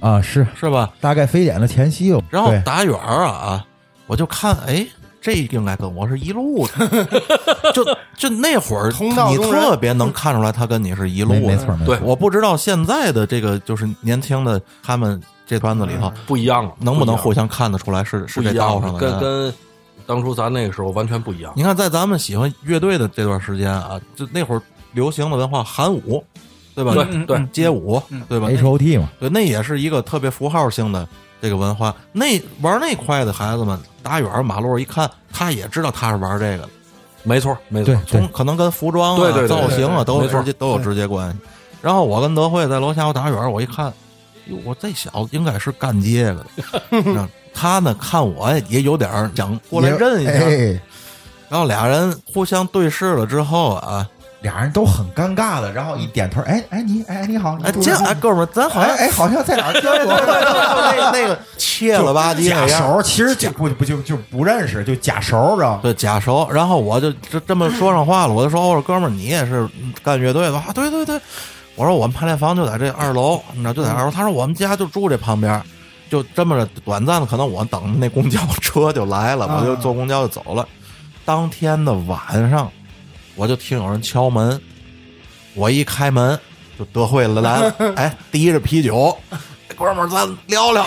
Speaker 5: 啊，是
Speaker 2: 是吧？
Speaker 5: 大概非典的前夕。
Speaker 2: 然后
Speaker 5: 对
Speaker 2: 打远儿啊，我就看，哎，这应该跟我是一路
Speaker 5: [LAUGHS]
Speaker 2: 的，就就那会儿
Speaker 4: 同道
Speaker 2: 你
Speaker 4: 中人
Speaker 2: 特别能看出来他跟你是一路
Speaker 5: 没
Speaker 2: 的，
Speaker 5: 没错，没错
Speaker 6: 对
Speaker 2: [LAUGHS] 我不知道现在的这个就是年轻的他们这班子里头，
Speaker 6: 嗯不一样了，
Speaker 2: 能不能互相
Speaker 6: 相
Speaker 2: 看得出来是是
Speaker 6: 不
Speaker 2: 这
Speaker 6: 一样
Speaker 2: 道
Speaker 6: 了
Speaker 2: 上？的
Speaker 6: 跟
Speaker 2: 人？啊
Speaker 6: 跟当初咱那个时候完全不一样。
Speaker 2: 你看，在咱们喜欢乐队的这段时间啊，就那会儿流行的文化韩舞，对吧？
Speaker 6: 对嗯对嗯，
Speaker 2: 街舞，对吧？
Speaker 5: ，H O T 嘛，
Speaker 2: 对，那也是一个特别符号性的这个文化。那玩那块的孩子们，打远儿马路一看，他也知道他是玩这个的，
Speaker 6: 没错，没错
Speaker 5: 对，
Speaker 2: 从可能跟服装啊、
Speaker 6: 对对对
Speaker 2: 造型啊
Speaker 6: 对对对
Speaker 2: 都有
Speaker 6: 没错嗯
Speaker 2: 直接都有直接关系。然后我跟德惠在楼下我打远，我一看，哟，我这小子应该是干这个的。 [LAUGHS] 那他呢，看我也有点儿想过来认一下，
Speaker 5: 哎
Speaker 2: 然后俩人互相对视了之后啊，
Speaker 5: 俩人都很尴尬的，然后一点头，哎哎你哎你好，你
Speaker 2: 哎，
Speaker 5: 住
Speaker 2: 这
Speaker 5: 哪
Speaker 2: 哎
Speaker 5: 儿
Speaker 2: 哥们儿，咱好像
Speaker 5: 哎哎好像在哪儿见过，
Speaker 2: 那那个切了吧唧
Speaker 5: 假
Speaker 2: 那样。
Speaker 5: 熟，其实就不不就就不认识，就假熟，知
Speaker 1: 啊
Speaker 5: 道吗？
Speaker 2: 对，假熟，然后我就这这么说上话了，我就说，哦我说哥们儿，你也是干乐队的啊？对对对，我说我们排练房就在这二楼，你知道就在二楼。他说我们家就住这旁边，就这么着短暂的，可能我等那公交车就来了，我就坐公交就走了。当天的晚上，我就听有人敲门，我一开门就德惠了来了，哎，提着啤酒，哥们儿咱聊聊。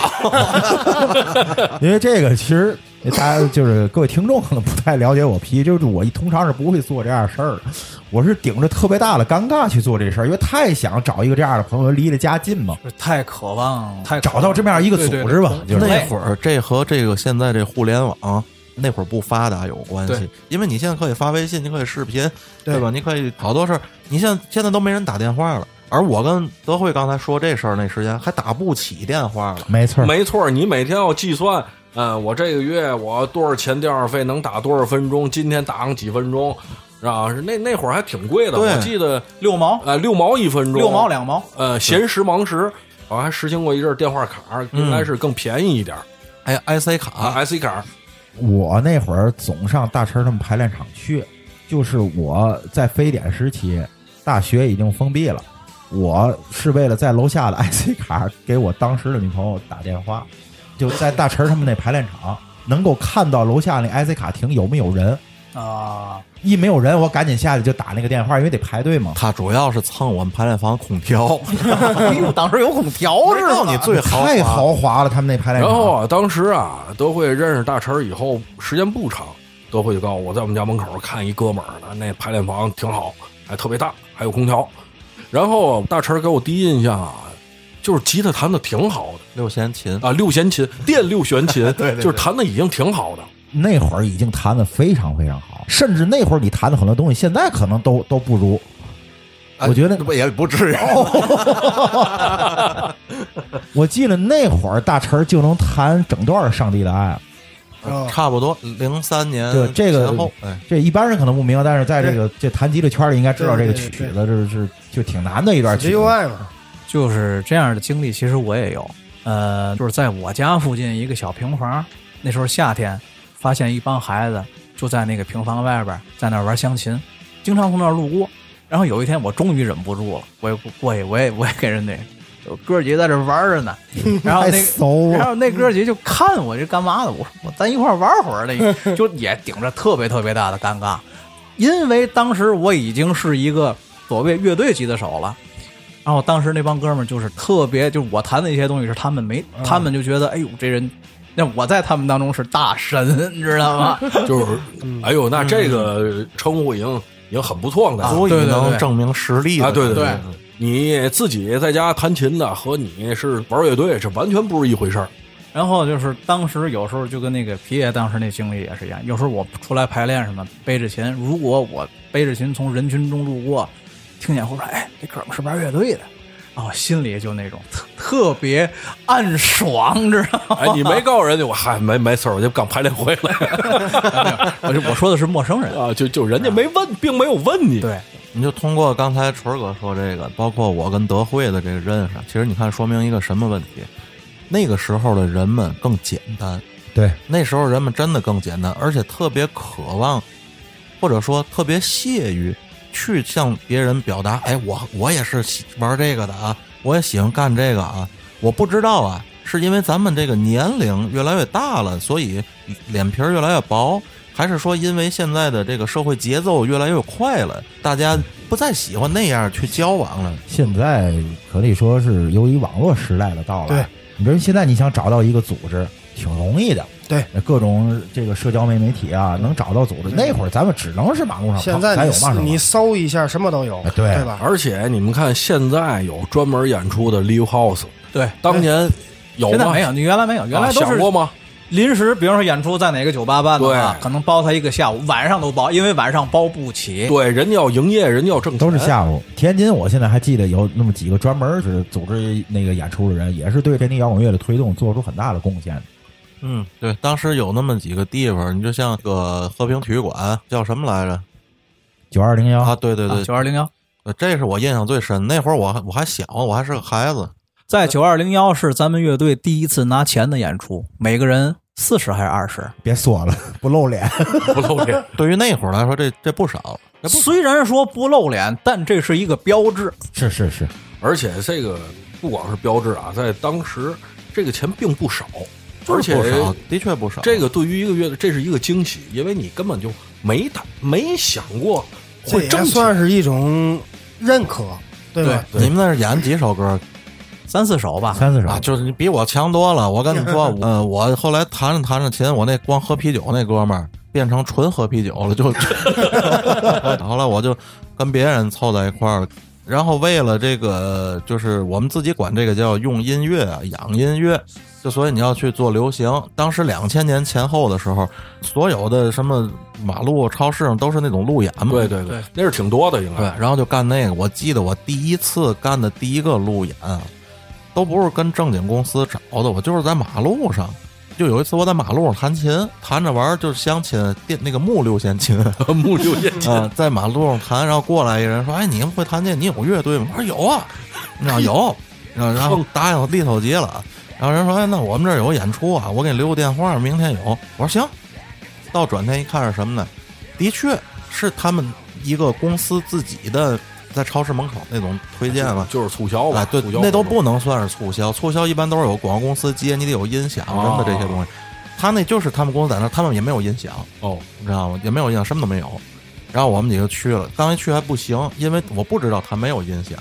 Speaker 5: 因为这个其实大家就是各位听众可能不太了解我脾气，就是我一通常是不会做这样的事儿的，我是顶着特别大的尴尬去做这事儿，因为太想找一个这样的朋友，离得家近嘛，
Speaker 3: 就是太渴望，太渴
Speaker 5: 找
Speaker 3: 望
Speaker 5: 到这么样一个
Speaker 3: 对对
Speaker 5: 组织吧，
Speaker 3: 对
Speaker 5: 就是
Speaker 3: 对
Speaker 2: 那会儿这和这个现在这互联网那会儿不发达有关系
Speaker 3: 对，
Speaker 2: 因为你现在可以发微信，你可以视频，
Speaker 4: 对
Speaker 2: 对吧？你可以好多事儿，你现在现在都没人打电话了。而我跟德惠刚才说这事儿那时间还打不起电话了，
Speaker 5: 没错儿，
Speaker 6: 没错，你每天要计算，嗯，我这个月我多少钱电话费能打多少分钟，今天打上几分钟，啊，是那那会儿还挺贵的，
Speaker 2: 对
Speaker 6: 我记得
Speaker 3: 六毛、
Speaker 6: 呃六毛一分钟，
Speaker 3: 六毛两毛，
Speaker 6: 呃闲时忙时，我还实行过一阵儿电话卡儿，
Speaker 3: 嗯
Speaker 6: 应该是更便宜一点儿
Speaker 2: 哎，IC
Speaker 6: 啊
Speaker 2: 卡，
Speaker 6: ，IC 卡儿
Speaker 5: 我那会儿总上大陈他们排练场去，就是我在非典时期，大学已经封闭了，我是为了在楼下的 [LAUGHS] IC 卡给我当时的女朋友打电话，就在大陈他们那排练场能够看到楼下那 IC 卡亭有没有人，
Speaker 3: 啊，
Speaker 5: 一没有人我赶紧下去就打那个电话，因为得排队嘛。
Speaker 2: 他主要是蹭我们排练房空调，
Speaker 3: [LAUGHS] 哎呦，当时有空调
Speaker 2: 我知道你最豪华
Speaker 5: 太豪华了，他们那排练
Speaker 6: 然
Speaker 5: 场。
Speaker 3: 哦
Speaker 6: 后啊，当时啊，德惠认识大陈儿以后，时间不长，德惠就告诉我，在我们家门口看一哥们儿呢，那排练房挺好，还特别大，还有空调。然后大陈儿给我第一印象啊，就是吉他弹的挺好
Speaker 2: 六弦琴
Speaker 6: 的啊，六弦琴、电六弦琴，就是弹的已经挺好的。
Speaker 5: [LAUGHS] 那会儿已经弹的非常非常好，甚至那会儿你弹的很多东西，现在可能都都不如。我觉得
Speaker 2: 不也不至于。
Speaker 5: 我记得那会儿大陈儿就能弹整段儿《上帝的爱》，
Speaker 4: 啊
Speaker 2: 差不多零三年
Speaker 5: 对这个
Speaker 2: 前后，哎，
Speaker 5: 这一般人可能不明白，但是在这个这弹吉他圈里应该知道这个曲
Speaker 4: 对对
Speaker 5: 子，这是就挺难的一段曲
Speaker 4: 这
Speaker 5: 子
Speaker 4: 又。爱嘛，
Speaker 3: 就是这样的经历，其实我也有。呃，就是在我家附近一个小平房，那时候夏天，发现一帮孩子就在那个平房外边儿在那儿玩湘琴，经常从那儿路过。然后有一天，我终于忍不住了，我也不过去，我也我也给人那个，就哥几个在这玩儿着呢，然后
Speaker 5: 太
Speaker 3: 那个。
Speaker 4: 哦
Speaker 5: 熟
Speaker 3: 然
Speaker 5: 了，
Speaker 3: 后那哥几个就看我这干嘛的，我说我咱一块儿玩会儿的，就也顶着特别特别大的尴尬，因为当时我已经是一个所谓乐队级的手了。然后当时那帮哥们儿就是特别，就是我弹的一些东西是他们没，他们就觉得哎呦这人，那我在他们当中是大神，你知道吗？
Speaker 6: 就是，哎呦，那这个称呼已经已经很不错了。
Speaker 2: 足以
Speaker 3: 对对对
Speaker 2: 能证明实力
Speaker 6: 啊，
Speaker 2: 的
Speaker 6: 对对
Speaker 3: 对，
Speaker 6: 你自己在家弹琴的和你是玩乐队，这完全不是一回事儿。
Speaker 3: 然后就是当时有时候就跟那个皮爷当时那经历也是一样，有时候我出来排练什么，背着琴，如果我背着琴从人群中路过，听见后边哎，这哥们是玩乐队的，然后心里就那种特特别暗爽，知道吗？
Speaker 6: [LAUGHS] 哎，你没告诉人家，我嗨，没没事儿，我就刚排练回来
Speaker 3: 我就我说的是陌生人，
Speaker 6: 啊，就就人家没问，并没有问你。
Speaker 3: 对，
Speaker 2: 你就通过刚才纯儿哥说这个，包括我跟德惠的这个认识，其实你看说明一个什么问题？那个时候的人们更简单，
Speaker 5: 对，
Speaker 2: 那时候人们真的更简单，而且特别渴望，或者说特别屑于去向别人表达，哎，我我也是喜玩这个的啊，我也喜欢干这个啊，我不知道啊，是因为咱们这个年龄越来越大了，所以脸皮儿越来越薄，还是说因为现在的这个社会节奏越来越快了，大家不再喜欢那样去交往了？
Speaker 5: 现在可以说是由于网络时代的到来，
Speaker 4: 对，
Speaker 5: 你比如现在你想找到一个组织挺容易的，
Speaker 4: 对，
Speaker 5: 各种这个社交媒媒体啊，能找到组织。那会儿咱们只能是马路上跑，
Speaker 4: 现在
Speaker 5: 咱啊有嘛
Speaker 4: 你你搜一下，什么都有
Speaker 5: 哎，对
Speaker 4: 对吧？
Speaker 6: 而且你们看，现在有专门演出的 Live House，
Speaker 3: 对，
Speaker 6: 当年有
Speaker 3: 现在
Speaker 6: 吗
Speaker 3: 没？有，你原来没有，原来
Speaker 6: 啊
Speaker 3: 都
Speaker 6: 想过
Speaker 3: 是
Speaker 6: 吗？
Speaker 3: 临时，比方说演出在哪个酒吧办的话，
Speaker 6: 对
Speaker 3: 可能包他一个下午，晚上都包，因为晚上包不起，
Speaker 6: 对，人家要营业，人家要挣钱，
Speaker 5: 都是下午。天津，我现在还记得有那么几个专门是组织那个演出的人，也是对天津摇滚乐的推动做出很大的贡献的。
Speaker 2: 嗯，对，当时有那么几个地方，你就像那个和平体育馆叫什么来着？
Speaker 5: 九二零
Speaker 2: 啊，
Speaker 5: 幺，
Speaker 2: 对对对，
Speaker 3: 九二零幺。
Speaker 2: 呃，这是我印象最深。那会儿我还我还小，我还是个孩子。
Speaker 3: 在九二零幺是咱们乐队第一次拿钱的演出，每个人四十还是二十？
Speaker 5: 别说了，不露脸。
Speaker 6: 不露脸。
Speaker 2: 对于那会儿来说，这这不少，这不少
Speaker 3: 虽然说不露脸，但这是一个标志。
Speaker 5: 是是是，
Speaker 6: 而且这个不光是标志啊，在当时这个钱并不少，而且
Speaker 2: 不少，的确不少。
Speaker 6: 这个对于一个乐队，这是一个惊喜，因为你根本就没打没想过
Speaker 4: 这
Speaker 6: 会
Speaker 4: 也
Speaker 6: 挣
Speaker 4: 算
Speaker 6: 钱。
Speaker 4: 是一种认可，对吧？
Speaker 2: 你们那是演几首歌
Speaker 3: 三四首吧，
Speaker 5: 三四首
Speaker 2: 啊？就是你比我强多了。我跟你
Speaker 6: [LAUGHS]
Speaker 2: 说，呃，我后来弹着弹着琴，我那光喝啤酒那哥们儿变成纯喝啤酒了，就。 [LAUGHS] 后来我就跟别人凑在一块儿，然后为了这个，就是我们自己管这个叫用音乐啊，养音乐。就所以你要去做流行，当时两千年前后的时候，所有的什么马路、超市上都是那种路演嘛，
Speaker 6: 对对对，那是挺多的，应
Speaker 2: 对
Speaker 6: 该，
Speaker 2: 然后就干那个。我记得我第一次干的第一个路演，啊都不是跟正经公司找的，我就是在马路上。就有一次我在马路上弹琴，弹着玩儿就是相亲电那个木六弦琴，
Speaker 6: [LAUGHS] 木六剑琴，
Speaker 2: 嗯，在马路上弹，然后过来一人说：“哎，你会弹琴？你有乐队吗？”我说：“有啊，然后有，然后然后答应力头结了。”然后人说：“哎，那我们这儿有演出啊，我给你留个电话，明天有。”我说：“行。”到转天一看是什么呢？的确是他们一个公司自己的，在超市门口那种推荐啊了。
Speaker 6: 就是促销吧，
Speaker 2: 哎，对
Speaker 6: 促销，
Speaker 2: 那都不能算是促销，促销一般都是有广告公司接，你得有音响什么的这些东西。他那就是他们公司在那儿，他们也没有音响，
Speaker 6: 哦，
Speaker 2: 你知道吗？也没有音响，什么都没有。然后我们几个去了，刚一去还不行，因为我不知道他没有音响。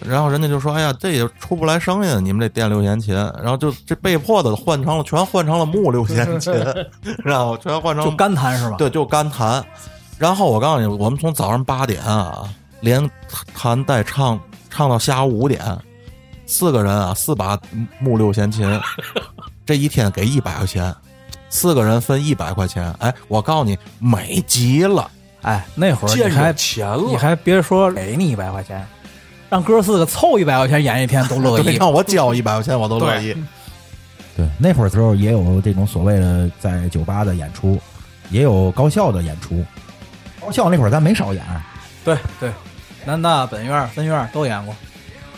Speaker 2: 然后人家就说：“哎呀，这也出不来声音，你们这电六弦琴。”然后就这被迫的换成了，全换成了木六弦琴， [LAUGHS] 然后全换成
Speaker 3: 就干弹是吧？，
Speaker 2: 对，就干弹。然后我告诉你，我们从早上八点啊，连弹带唱唱到下午五点，四个人啊，四把木六弦琴，这一天给一百块钱，四个人分一百块钱。哎，我告诉你，美极了。
Speaker 3: 哎，那会儿你
Speaker 6: 见着
Speaker 3: 还
Speaker 6: 钱
Speaker 3: 你
Speaker 6: 了，
Speaker 3: 还别说给你一百块钱，让哥四个凑一百块钱演一天都
Speaker 2: [LAUGHS]
Speaker 3: 乐
Speaker 2: 对，
Speaker 3: 意。
Speaker 2: 让我交一百块钱我都乐意。
Speaker 5: 对，那会儿时候也有这种所谓的在酒吧的演出，也有高校的演出。高校那会儿咱没少演，
Speaker 3: 对对，南大本院、分院都演过。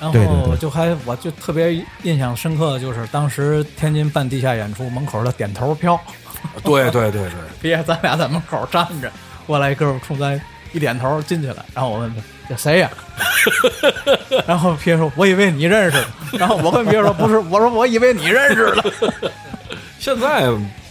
Speaker 3: 然
Speaker 5: 对对
Speaker 3: 后
Speaker 5: 对
Speaker 3: 就还我就特别印象深刻，的就是当时天津办地下演出，门口的点头飘，
Speaker 6: [LAUGHS] 对对对对，
Speaker 3: 别咱俩在门口站着，过来一哥们冲咱一点头进去了，然后我问他这谁呀、 [LAUGHS] 然后别人说我以为你认识呢，然后我跟别人说不是，我说我以为你认识了，
Speaker 6: 现在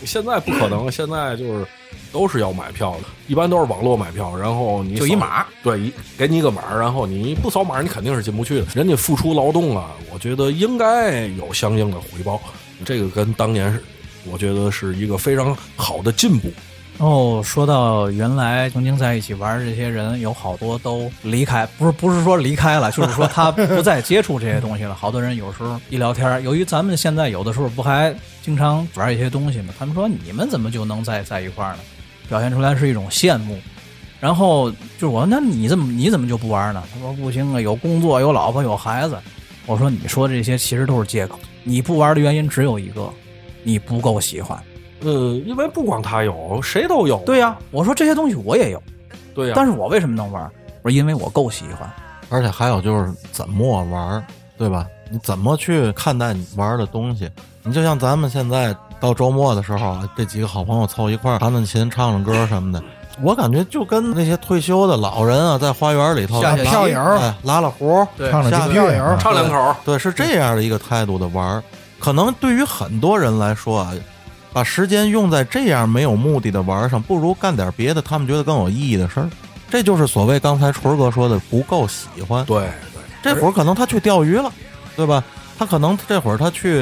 Speaker 6: 现在不可能，现在就是都是要买票的，一般都是网络买票，然后你
Speaker 3: 就
Speaker 6: 扫
Speaker 3: 一码，
Speaker 6: 对，一给你一个码儿，然后你不扫码儿你肯定是进不去的。人家付出劳动啊，我觉得应该有相应的回报，这个跟当年是，我觉得是一个非常好的进步。
Speaker 3: 然后哦说到原来曾经在一起玩这些人，有好多都离开，不是不是说离开了，就是说他不再接触这些东西了。好多人有时候一聊天，由于咱们现在有的时候不还经常玩一些东西嘛，他们说你们怎么就能在在一块儿呢？表现出来是一种羡慕。然后就是我说，那你怎么你怎么就不玩呢？他说不行啊，有工作，有老婆，有孩子。我说你说这些其实都是借口，你不玩的原因只有一个，你不够喜欢。
Speaker 6: 呃，因为不光他有，谁都有。
Speaker 3: 对呀、我说这些东西我也有。
Speaker 6: 对呀、
Speaker 3: 但是我为什么能玩？我说因为我够喜欢。
Speaker 2: 而且还有就是怎么玩儿，对吧？你怎么去看待你玩儿的东西？你就像咱们现在到周末的时候，啊这几个好朋友凑一块儿弹弹琴、唱唱歌什么的，我感觉就跟那些退休的老人啊，在花园里头
Speaker 3: 下
Speaker 2: 拉
Speaker 3: 下棋
Speaker 4: 票友
Speaker 2: 哎拉拉胡，
Speaker 3: 对
Speaker 5: 唱了
Speaker 2: 下
Speaker 5: 京剧
Speaker 4: 票友
Speaker 5: 啊
Speaker 6: 唱两口儿，
Speaker 2: 对，是这样的一个态度的玩儿。可能对于很多人来说啊，把时间用在这样没有目的的玩儿上，不如干点别的他们觉得更有意义的事儿。这就是所谓刚才纯儿哥说的不够喜欢。
Speaker 6: 对
Speaker 2: 这会儿可能他去钓鱼了，对吧？他可能这会儿他去，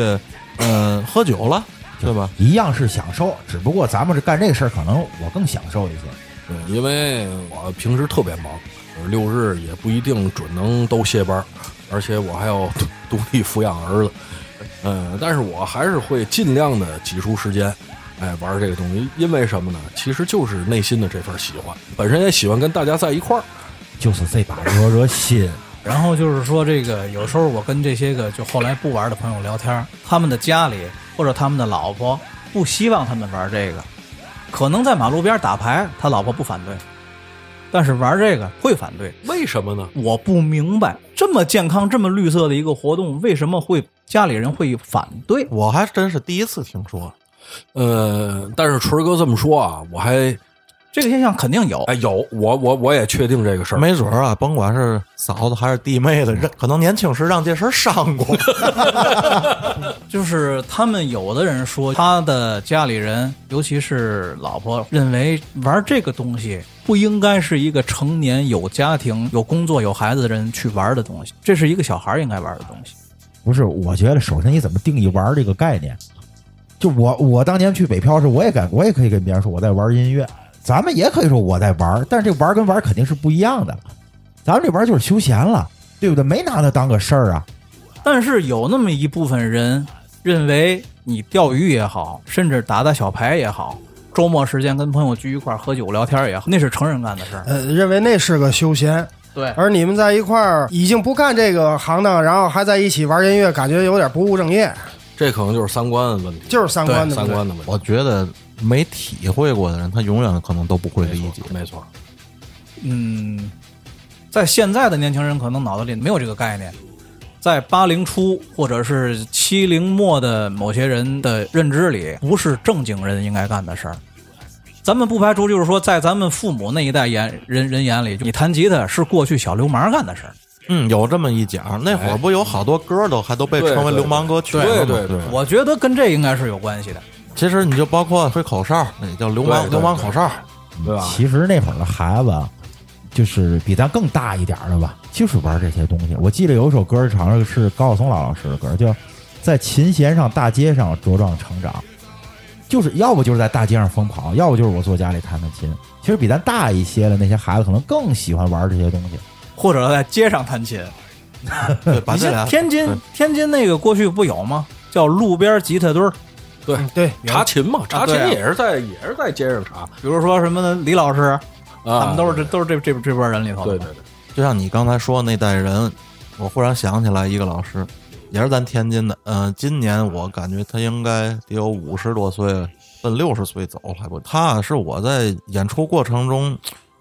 Speaker 2: 呃，喝酒了，对吧？
Speaker 5: 一样是享受，只不过咱们是干这事儿，可能我更享受一些。
Speaker 6: 对，因为我平时特别忙，六日也不一定准能都歇班儿，而且我还要独独立抚养儿子。嗯，但是我还是会尽量的挤出时间，哎，玩这个东西。因为什么呢？其实就是内心的这份喜欢，本身也喜欢跟大家在一块儿。
Speaker 5: 就是这把惹惹心，
Speaker 3: 然后就是说，这个有时候我跟这些个就后来不玩的朋友聊天，他们的家里或者他们的老婆不希望他们玩这个，可能在马路边打牌，他老婆不反对，但是玩这个会反对。
Speaker 6: 为什么呢？
Speaker 3: 我不明白，这么健康、这么绿色的一个活动，为什么会家里人会反对？
Speaker 2: 我还真是第一次听说，
Speaker 6: 呃，但是锤儿哥这么说啊，我还
Speaker 3: 这个现象肯定有
Speaker 6: 哎。有我我我也确定这个事儿。
Speaker 2: 没准儿啊，甭管是嫂子还是弟妹的，这可能年轻时让这事儿上过。
Speaker 3: 就是他们有的人说，他的家里人，尤其是老婆，认为玩这个东西不应该是一个成年有家庭、有工作、有孩子的人去玩的东西，这是一个小孩应该玩的东西。
Speaker 5: 不是？我觉得首先你怎么定义玩儿这个概念？就我我当年去北漂时，我也敢，我也可以跟别人说我在玩儿音乐，咱们也可以说我在玩儿，但是这玩儿跟玩儿肯定是不一样的。咱们这玩儿就是休闲了，对不对？没拿它当个事儿啊。
Speaker 3: 但是有那么一部分人认为，你钓鱼也好，甚至打打小牌也好，周末时间跟朋友聚一块儿喝酒聊天也好，那是成人干的事儿。
Speaker 4: 呃，认为那是个休闲，
Speaker 3: 对，
Speaker 4: 而你们在一块儿已经不干这个行当，然后还在一起玩音乐，感觉有点不务正业，
Speaker 6: 这可能就是三观的问题，
Speaker 4: 就是三观的
Speaker 6: 三
Speaker 4: 问题。
Speaker 6: 观的问
Speaker 2: [LAUGHS]
Speaker 6: 题。
Speaker 2: 我觉得没体会过的人，他永远可能都不会理
Speaker 6: 没
Speaker 2: 解
Speaker 6: 错。没错。
Speaker 3: 嗯，在现在的年轻人可能脑子里没有这个概念，在八零初或者是七零末的某些人的认知里，不是正经人应该干的事儿。咱们不排除，就是说，在咱们父母那一代眼人人眼里，你弹吉他是过去小流氓干的事儿。
Speaker 2: 嗯，有这么一讲，那会儿不有好多歌都还都被
Speaker 6: 对
Speaker 2: 称为
Speaker 6: 对
Speaker 2: 流氓歌曲了
Speaker 6: 对
Speaker 2: 吗
Speaker 6: 对对
Speaker 3: 我觉得跟这应该是有关系的。
Speaker 2: 其实你就包括吹口哨，那也叫流
Speaker 6: 对
Speaker 2: 氓
Speaker 6: 对
Speaker 2: 流氓口哨。
Speaker 6: 对吧？
Speaker 5: 其实那会儿的孩子啊，就是比咱更大一点儿的吧，就是玩这些东西。我记得有一首歌，好像是高晓松老老师的歌，叫《在琴弦上、大街上茁壮成长》，就是要不就是在大街上疯跑，要不就是我坐家里弹弹琴。其实比咱大一些的那些孩子，可能更喜欢玩这些东西。
Speaker 3: 或者在街上弹琴，
Speaker 2: 对，把
Speaker 3: 你
Speaker 2: 这
Speaker 3: 像
Speaker 2: 俩
Speaker 3: 天津
Speaker 2: 对
Speaker 3: 天津那个过去不有吗？叫路边吉他堆儿，
Speaker 4: 嗯对，
Speaker 6: 查琴嘛，查琴
Speaker 3: 对啊
Speaker 6: 也是在、也是在街上查，
Speaker 3: 比如说什么呢？李老师，
Speaker 6: 啊
Speaker 3: 他们都是这都是这这这波人里头的。
Speaker 6: 对啊对对，
Speaker 2: 就像你刚才说那代人，我忽然想起来一个老师，也是咱天津的。嗯、今年我感觉他应该得有五十多岁了，奔六十岁走了还不。他是我在演出过程中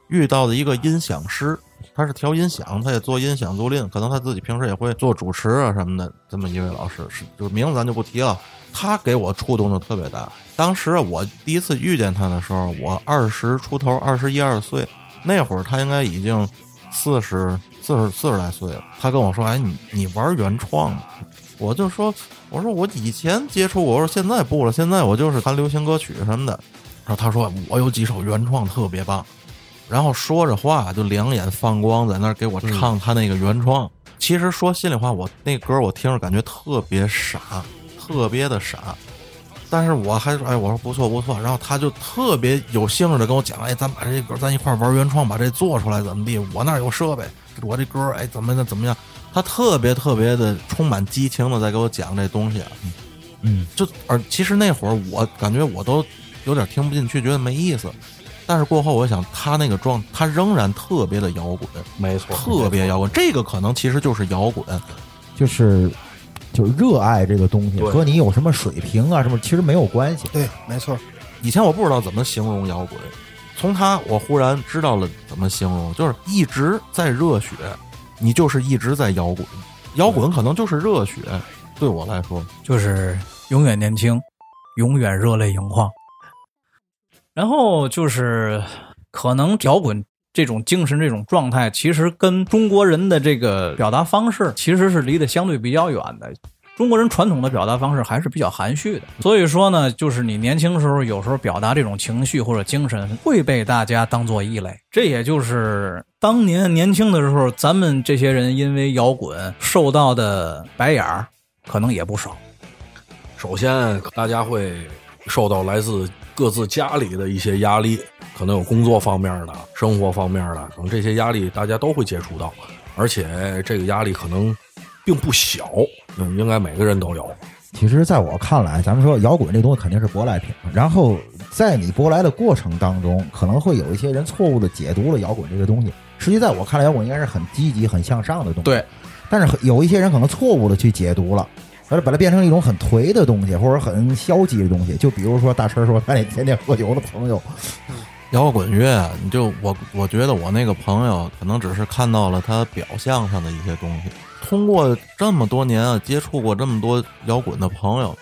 Speaker 2: 遇到的一个音响师，他是调音响，他也做音响租赁，可能他自己平时也会做主持啊什么的。这么一位老师，是就是名字咱就不提了。他给我触动就特别大。当时啊我第一次遇见他的时候，我二十出头，二十一二岁，那会儿他应该已经四十四十四十来岁了。他跟我说：“哎，你你玩原创吗？”我就说：“我说我以前接触过，我说现在不了，现在我就是弹流行歌曲什么的。”然后他说：“我有几首原创特别棒。”然后说着话就两眼放光，在那儿给我唱他那个原创。其实说心里话，我那歌我听着感觉特别傻，特别的傻。但是我还说，哎，我说不错不错。然后他就特别有兴致的跟我讲，哎，咱把这歌咱一块儿玩原创，把这做出来怎么地？我那儿有设备，我这歌哎怎么的怎么样？他特别特别的充满激情的在给我讲这东西。
Speaker 5: 嗯，
Speaker 2: 就而其实那会儿我感觉我都有点听不进去，觉得没意思。但是过后，我想他那个状，他仍然特别的摇滚，
Speaker 6: 没错，
Speaker 2: 特别摇滚。这个可能其实就是摇滚，
Speaker 5: 就是就是热爱这个东西，
Speaker 6: 对
Speaker 5: 和你有什么水平啊什么，其实没有关系。
Speaker 4: 对，没错，
Speaker 2: 以前我不知道怎么形容摇滚，从他我忽然知道了怎么形容，就是一直在热血，你就是一直在摇滚，摇滚可能就是热血，对我来说，
Speaker 3: 就是永远年轻，永远热泪盈眶。然后就是，可能摇滚这种精神、这种状态，其实跟中国人的这个表达方式其实是离得相对比较远的。中国人传统的表达方式还是比较含蓄的，所以说呢，就是你年轻时候有时候表达这种情绪或者精神，会被大家当做异类。这也就是当年年轻的时候，咱们这些人因为摇滚受到的白眼儿，可能也不少。
Speaker 6: 首先，大家会受到来自各自家里的一些压力，可能有工作方面的、生活方面的，可能这些压力大家都会接触到，而且这个压力可能并不小，嗯，应该每个人都有。
Speaker 5: 其实，在我看来，咱们说摇滚这东西肯定是舶来品，然后在你舶来的过程当中，可能会有一些人错误的解读了摇滚这个东西。实际在我看来，摇滚应该是很积极、很向上的东西。
Speaker 3: 对，
Speaker 5: 但是很有一些人可能错误的去解读了。而把它变成一种很颓的东西，或者很消极的东西，就比如说大陈说他那天天喝酒的朋友，
Speaker 2: 摇滚乐，你就我我觉得我那个朋友可能只是看到了他表象上的一些东西。通过这么多年啊，接触过这么多摇滚的朋友，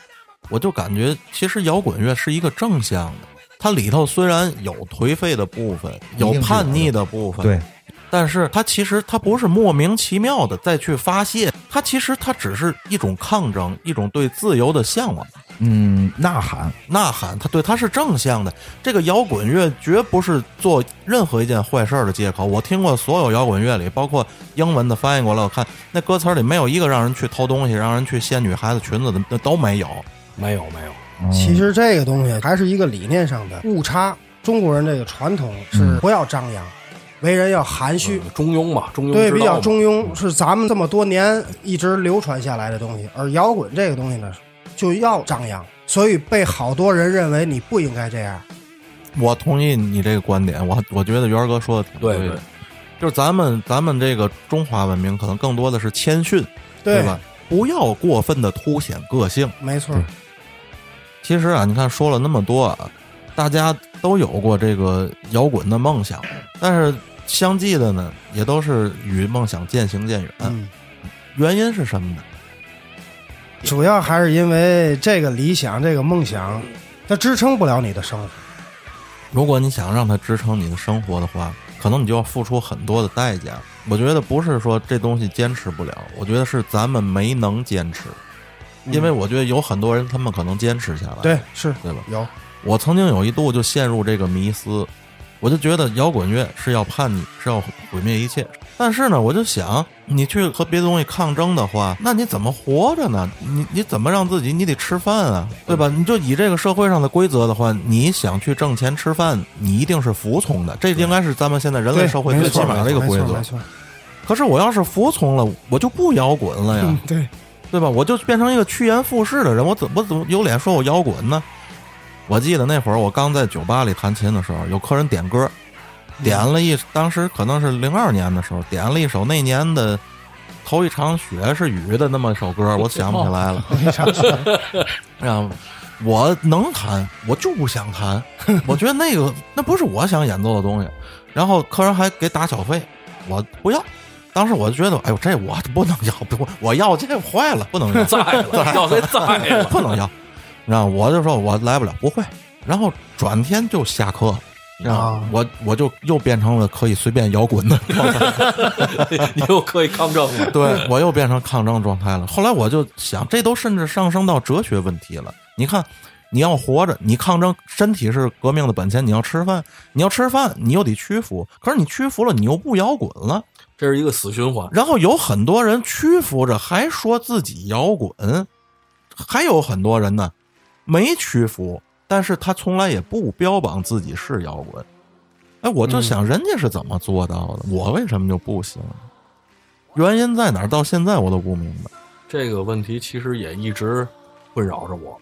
Speaker 2: 我就感觉其实摇滚乐是一个正向的，它里头虽然有颓废的部分，有
Speaker 5: 一定是
Speaker 2: 叛逆
Speaker 5: 有
Speaker 2: 的部分，
Speaker 5: 对，
Speaker 2: 但是它其实它不是莫名其妙的再去发泄，它其实它只是一种抗争，一种对自由的向往。
Speaker 5: 嗯，呐喊，
Speaker 2: 呐喊，它对它是正向的。这个摇滚乐绝不是做任何一件坏事儿的借口。我听过所有摇滚乐里，包括英文的翻译过来，我看那歌词儿里没有一个让人去偷东西、让人去掀女孩子裙子的，那都没有。
Speaker 6: 没有，没有，
Speaker 5: 嗯
Speaker 4: 其实这个东西还是一个理念上的误差。中国人这个传统
Speaker 2: 嗯
Speaker 4: 是不要张扬，为人要含蓄，
Speaker 6: 嗯中庸吧，中庸
Speaker 4: 对，
Speaker 6: 之道
Speaker 4: 比较
Speaker 6: 嘛
Speaker 4: 中庸，是咱们这么多年一直流传下来的东西。而摇滚这个东西呢，就要张扬，所以被好多人认为你不应该这样。
Speaker 2: 我同意你这个观点，我我觉得元儿哥说的挺
Speaker 6: 对
Speaker 2: 的。
Speaker 6: 对
Speaker 2: 就是咱们咱们这个中华文明，可能更多的是谦逊，对
Speaker 4: 对，
Speaker 2: 吧？不要过分的凸显个性。
Speaker 4: 没错，
Speaker 2: 其实啊，你看说了那么多啊，大家都有过这个摇滚的梦想，但是相继的呢，也都是与梦想渐行渐远。
Speaker 4: 嗯，
Speaker 2: 原因是什么呢？
Speaker 4: 主要还是因为这个理想、这个梦想，它支撑不了你的生活。
Speaker 2: 如果你想让它支撑你的生活的话，可能你就要付出很多的代价。我觉得不是说这东西坚持不了，我觉得是咱们没能坚持，因为我觉得有很多人他们可能坚持下来，
Speaker 4: 嗯对，是
Speaker 2: 对吧？
Speaker 4: 有，
Speaker 2: 我曾经有一度就陷入这个迷思，我就觉得摇滚乐是要叛逆，是要毁灭一切。但是呢，我就想，你去和别的东西抗争的话，那你怎么活着呢？你你怎么让自己？你得吃饭啊，对吧？你就以这个社会上的规则的话，你想去挣钱吃饭，你一定是服从的。这应该是咱们现在人类
Speaker 4: 对
Speaker 2: 社会
Speaker 4: 没
Speaker 2: 最起
Speaker 4: 错
Speaker 2: 码的一个
Speaker 4: 没
Speaker 2: 规
Speaker 4: 错
Speaker 2: 则
Speaker 4: 没。错，
Speaker 2: 可是我要是服从了，我就不摇滚了
Speaker 4: [LAUGHS]
Speaker 2: 呀。
Speaker 4: 嗯，对，
Speaker 2: 对啊吧？我就变成一个趋炎附势的人，我怎我怎么有脸说我摇滚呢？我记得那会儿我刚在酒吧里弹琴的时候，有客人点歌，点了一，当时可能是零二年的时候，点了一首那年的头一场雪是雨的那么一首歌，我想不起来了。
Speaker 4: 非常是
Speaker 2: [LAUGHS] 让我能弹，我就不想弹，我觉得那个那不是我想演奏的东西。然后客人还给打小费，我不要。当时我就觉得，哎呦，这我不能要，不，我要这坏了，不能要，
Speaker 6: [LAUGHS] 在了，要这在了，
Speaker 2: [LAUGHS] 不能要。然后我就说，我来不了，不会。然后转天就下课，然后
Speaker 4: 啊
Speaker 2: 我我就又变成了可以随便摇滚的状态，
Speaker 6: [LAUGHS] 你又可以抗争了。
Speaker 2: 对 [LAUGHS] 我又变成抗争状态了。后来我就想，这都甚至上升到哲学问题了。你看，你要活着，你抗争，身体是革命的本钱，你要吃饭，你要吃饭，你又得屈服。可是你屈服了，你又不摇滚了。
Speaker 6: 这是一个死循环。
Speaker 2: 然后有很多人屈服着，还说自己摇滚，还有很多人呢没屈服，但是他从来也不标榜自己是摇滚。哎，我就
Speaker 6: 嗯
Speaker 2: 想人家是怎么做到的，我为什么就不行？原因在哪儿？到现在我都不明白。
Speaker 6: 这个问题其实也一直困扰着我。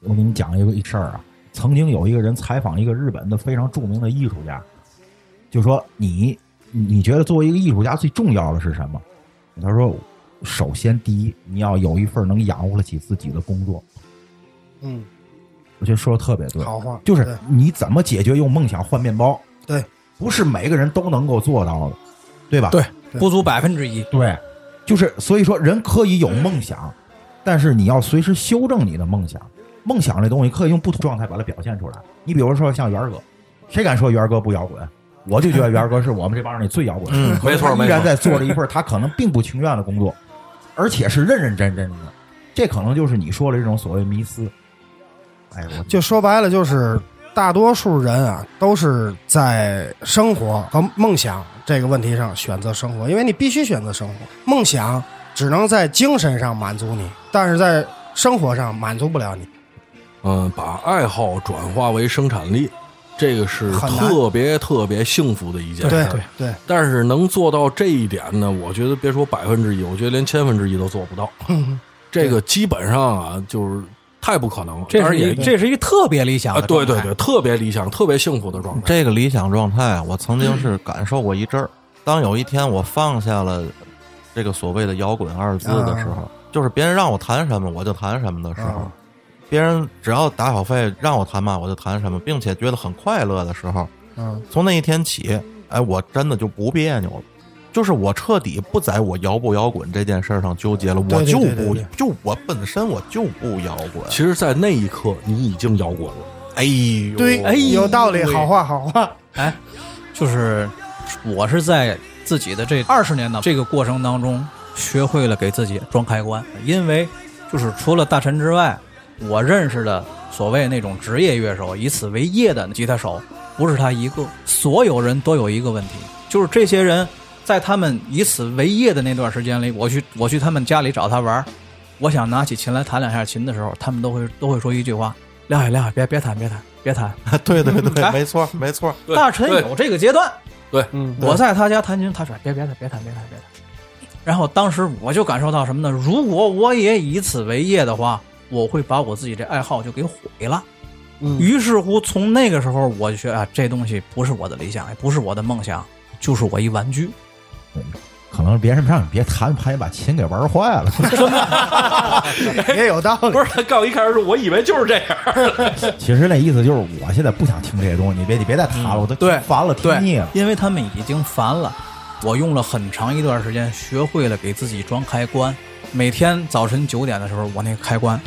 Speaker 5: 我给你讲一个一事儿啊，曾经有一个人采访一个日本的非常著名的艺术家，就说你你觉得作为一个艺术家最重要的是什么？他说，首先第一，你要有一份能养活得起自己的工作。
Speaker 4: 嗯，
Speaker 5: 我觉得说的特别对，
Speaker 4: 好话
Speaker 5: 就是
Speaker 4: 对
Speaker 5: 你怎么解决用梦想换面包？
Speaker 4: 对，
Speaker 5: 不是每个人都能够做到的，对吧？
Speaker 3: 对不足百分之一。
Speaker 5: 对，就是所以说人可以有梦想，但是你要随时修正你的梦想。梦想这东西可以用不同状态把它表现出来。你比如说像元儿哥，谁敢说元儿哥不摇滚？我就觉得元儿哥是我们这帮人里最摇滚
Speaker 2: 嗯
Speaker 5: 的。可是
Speaker 6: 没错
Speaker 5: 他
Speaker 6: 没
Speaker 5: 依
Speaker 6: 错
Speaker 5: 然在
Speaker 2: [LAUGHS]
Speaker 5: 做着一份他可能并不情愿的工作，而且是认认真真的。这可能就是你说的这种所谓迷思。哎，我
Speaker 4: 就说白了，就是大多数人啊，都是在生活和梦想这个问题上选择生活，因为你必须选择生活。梦想只能在精神上满足你，但是在生活上满足不了你。
Speaker 6: 嗯，把爱好转化为生产力，这个是
Speaker 4: 很难
Speaker 6: 特别特别幸福的一件事
Speaker 4: 对
Speaker 6: 儿。
Speaker 4: 对，
Speaker 6: 但是能做到这一点呢，我觉得别说百分之一，我觉得连千分之一都做不
Speaker 3: [LAUGHS]
Speaker 6: 到。
Speaker 4: 嗯
Speaker 6: 这个基本上啊，就是太不可能了。
Speaker 3: 这
Speaker 6: 当
Speaker 3: 是
Speaker 6: 然
Speaker 3: 一
Speaker 6: 也
Speaker 3: 这是一特别理想
Speaker 6: 啊，
Speaker 3: 的状态、
Speaker 6: 对对对，特别理想、特别幸福的状态。
Speaker 2: 这个理想状态，我曾经
Speaker 6: 嗯
Speaker 2: 是感受过一阵儿。当有一天我放下了这个所谓的摇滚二字的时
Speaker 6: 啊
Speaker 2: 候，就是别人让我弹什么我就弹什么的时候
Speaker 4: 啊，
Speaker 2: 别人只要打小费让我弹嘛我就弹什么，并且觉得很快乐的时候，
Speaker 4: 嗯，
Speaker 2: 从那一天起，哎，我真的就不别扭了。就是我彻底不在我摇不摇滚这件事儿上纠结了，
Speaker 4: 对
Speaker 2: 我
Speaker 4: 对
Speaker 2: 就
Speaker 4: 对对
Speaker 2: 不
Speaker 4: 对
Speaker 2: 就我本身我就不摇滚。
Speaker 6: 其实，在那一刻，你已经摇滚了。
Speaker 2: 哎呦，
Speaker 4: 对，
Speaker 3: 哎呦
Speaker 4: 有道理，
Speaker 3: 喂
Speaker 4: 好话好话。
Speaker 3: 哎，就是我是在自己的这二十年的这个过程当中，学会了给自己装开关，因为就是除了大陈之外，我认识的所谓那种职业乐手，以此为业的吉他手，不是他一个，所有人都有一个问题，就是这些人在他们以此为业的那段时间里，我去我去他们家里找他玩儿，我想拿起琴来弹两下琴的时候，他们都会都会说一句话：撂下撂下，别别弹别弹别弹。
Speaker 2: 对对 [LAUGHS] 对，
Speaker 3: 哎
Speaker 2: 没错没错，
Speaker 6: 对
Speaker 3: 大陈有这个阶段，
Speaker 4: 嗯，
Speaker 3: 我在他家弹琴，他说别别弹，别弹，别弹，别弹。然后当时我就感受到什么呢？如果我也以此为业的话，我会把我自己这爱好就给毁了。
Speaker 4: 嗯
Speaker 3: 于是乎，从那个时候我就觉得啊，这东西不是我的理想，也不是我的梦想，就是我一玩具。
Speaker 5: 可能别人让你别弹，怕你把琴给玩坏了。
Speaker 4: 也有道理。
Speaker 6: 是他刚一开始说，我以为就是这样。
Speaker 5: 其实那意思就是，我现在不想听这些东西，你别你别再弹了，我都
Speaker 3: 对
Speaker 5: 烦了，听腻了。
Speaker 3: 因为他们已经烦了。我用了很长一段时间，学会了给自己装开关。每天早晨九点的时候，我那个开关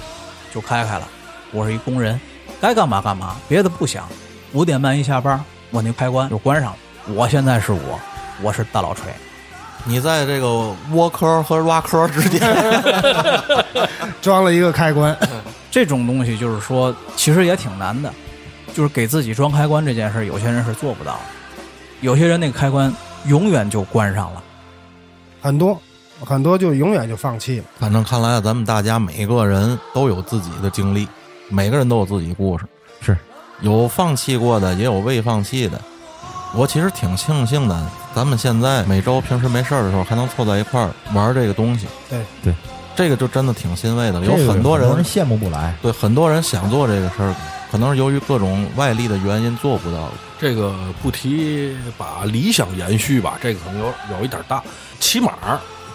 Speaker 3: 就开开了。我是一工人，该干嘛干嘛，别的不想。五点半一下班，我那开关就关上了。我现在是我，我是大老锤。
Speaker 2: 你在这个窝科和挖科之间，
Speaker 4: 装了一个开关，
Speaker 3: 这种东西就是说，其实也挺难的，就是给自己装开关这件事儿，有些人是做不到的。有些人那个开关永远就关上了。
Speaker 4: 很多很多就永远就放弃了。
Speaker 2: 反正看来啊咱们大家每个人都有自己的经历，每个人都有自己故事，
Speaker 5: 是
Speaker 2: 有放弃过的，也有未放弃的。我其实挺庆幸的，咱们现在每周平时没事儿的时候还能凑在一块儿玩这个东西。
Speaker 4: 对
Speaker 5: 对，
Speaker 2: 这个就真的挺欣慰的了。有
Speaker 5: 这个
Speaker 2: 很多人
Speaker 5: 人羡慕不来，
Speaker 2: 对很多人想做这个事儿，可能是由于各种外力的原因做不到。
Speaker 6: 这个不提把理想延续吧，这个可能有有一点大。起码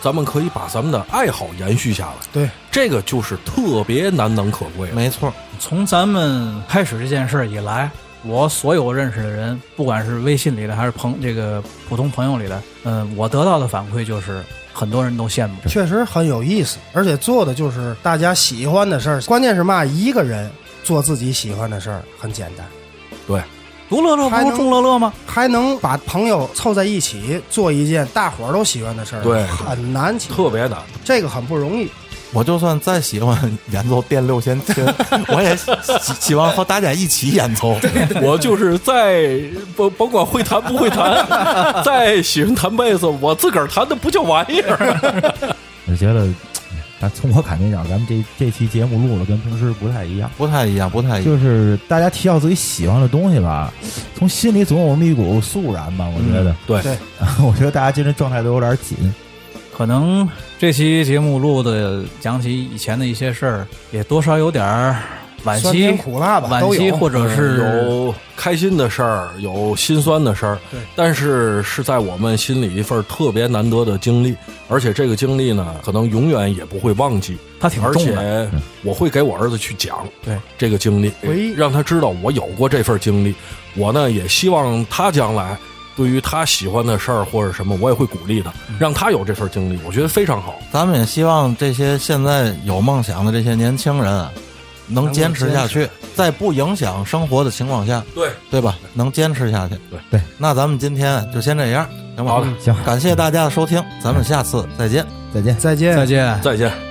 Speaker 6: 咱们可以把咱们的爱好延续下来，
Speaker 4: 对，
Speaker 6: 这个就是特别难能可贵了。
Speaker 2: 没错，
Speaker 3: 从咱们开始这件事儿以来，我所有认识的人，不管是微信里的还是朋这个普通朋友里的，嗯，我得到的反馈就是很多人都羡慕。
Speaker 4: 确实很有意思，而且做的就是大家喜欢的事儿。关键是嘛，一个人做自己喜欢的事儿很简单，
Speaker 3: 独乐乐不
Speaker 4: 还
Speaker 3: 如
Speaker 4: 能
Speaker 3: 众乐乐吗？
Speaker 4: 还能把朋友凑在一起做一件大伙儿都喜欢的事儿，
Speaker 6: 对
Speaker 4: 很难起，
Speaker 6: 特别难。
Speaker 4: 这个很不容易。
Speaker 2: 我就算再喜欢演奏电六弦琴，我也希希望和大家一起演奏。
Speaker 6: [LAUGHS] 我就是在甭甭管会弹不会
Speaker 3: [LAUGHS]
Speaker 6: 弹，再喜欢弹贝斯，我自个儿弹的不叫玩意儿。
Speaker 5: 我觉得，咱哎从我感觉讲，咱们这这期节目录了跟平时不太一样，
Speaker 2: 不太一样，不太一样。
Speaker 5: 就是大家提到自己喜欢的东西吧，从心里总有那么一股肃然吧。我觉得，
Speaker 6: 对
Speaker 4: 对
Speaker 5: [LAUGHS] 我觉得大家今天状态都有点紧，
Speaker 3: 可能这期节目录的讲起以前的一些事儿，也多少有点儿惋
Speaker 4: 酸甜
Speaker 3: 惜、
Speaker 4: 苦辣吧，
Speaker 3: 惋
Speaker 4: 都
Speaker 3: 惜，
Speaker 4: 有。
Speaker 3: 或者是
Speaker 6: 有开心的事儿，有心酸的事儿，
Speaker 4: 对
Speaker 6: 但是是在我们心里一份特别难得的经历，而且这个经历呢，可能永远也不会忘记，
Speaker 3: 它挺
Speaker 6: 而
Speaker 3: 重的，嗯
Speaker 6: 且我会给我儿子去讲，
Speaker 3: 对
Speaker 6: 这个经历
Speaker 4: 回忆，
Speaker 6: 让他知道我有过这份经历。我呢也希望他将来对于他喜欢的事儿或者什么，我也会鼓励他，让他有这份经历，我觉得非常好。
Speaker 2: 咱们也希望这些现在有梦想的这些年轻人啊，能坚持下去，在不影响生活的情况下，
Speaker 6: 对，
Speaker 2: 对吧？能坚持下去。
Speaker 6: 对
Speaker 5: 对，
Speaker 2: 那咱们今天就先这样，行吧？
Speaker 6: 好的
Speaker 5: 行，
Speaker 2: 感谢大家的收听，咱们下次再见。
Speaker 5: 再见。
Speaker 4: 再见，
Speaker 3: 再见。
Speaker 6: 再见。